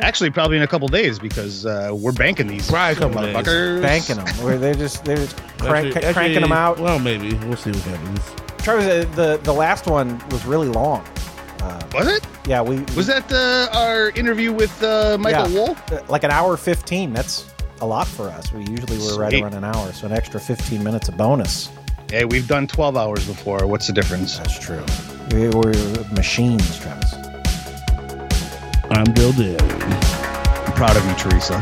[SPEAKER 4] Actually, probably in a couple days because uh, we're banking these motherfuckers.
[SPEAKER 2] Banking them. Where they're just they're just crank,
[SPEAKER 3] Actually-
[SPEAKER 2] cranking them
[SPEAKER 3] actually,
[SPEAKER 2] out.
[SPEAKER 3] Well, maybe we'll see what happens.
[SPEAKER 2] Travis, uh, the the last one was really long. Uh,
[SPEAKER 4] was it?
[SPEAKER 2] Yeah, we
[SPEAKER 4] Was that uh, our interview with uh, Michael
[SPEAKER 2] yeah,
[SPEAKER 4] Wolf?
[SPEAKER 2] uh, Like an hour fifteen. That's a lot for us. We usually were right
[SPEAKER 4] Sweet.
[SPEAKER 2] around an hour, so an extra fifteen minutes a bonus.
[SPEAKER 4] Hey, we've done 12 hours before. What's the difference?
[SPEAKER 2] That's true. We were machines, Travis.
[SPEAKER 3] I'm Bill Dill.
[SPEAKER 4] I'm proud of you, Teresa.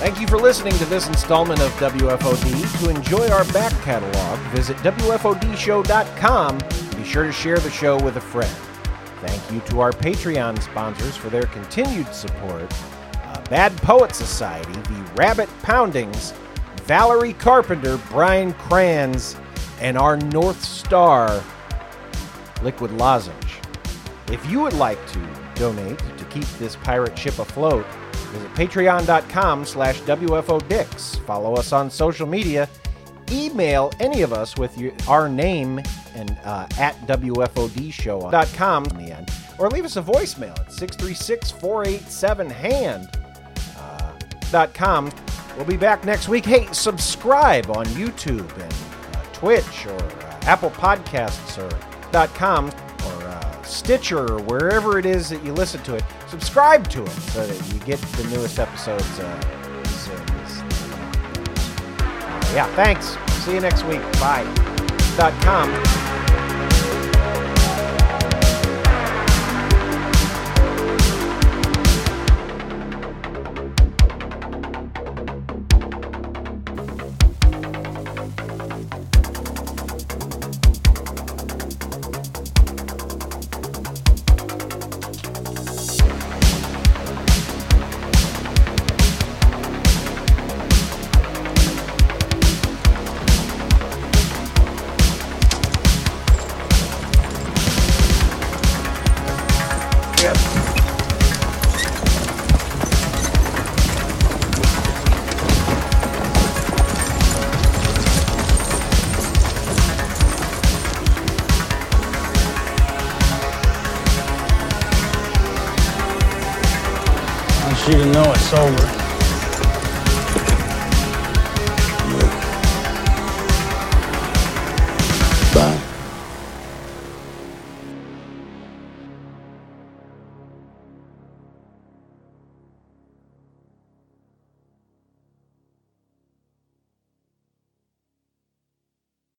[SPEAKER 2] Thank you for listening to this installment of WFOD. To enjoy our back catalog, visit WFODshow.com. Be sure to share the show with a friend. Thank you to our Patreon sponsors for their continued support uh, Bad Poet Society, The Rabbit Poundings, Valerie Carpenter, Brian Kranz, and our North Star, Liquid Lozenge. If you would like to donate to keep this pirate ship afloat, visit patreon.com slash WFODix. Follow us on social media. Email any of us with your, our name and uh, at WFODshow.com on the end. Or leave us a voicemail at 636 487 HAND dot com. We'll be back next week. Hey, subscribe on YouTube and uh, Twitch or uh, Apple Podcasts or dot .com or uh, Stitcher or wherever it is that you listen to it. Subscribe to it so that you get the newest episodes. Uh, as soon as- Uh, yeah, thanks. See you next week. Bye. dot .com.
[SPEAKER 16] Once you know it's over.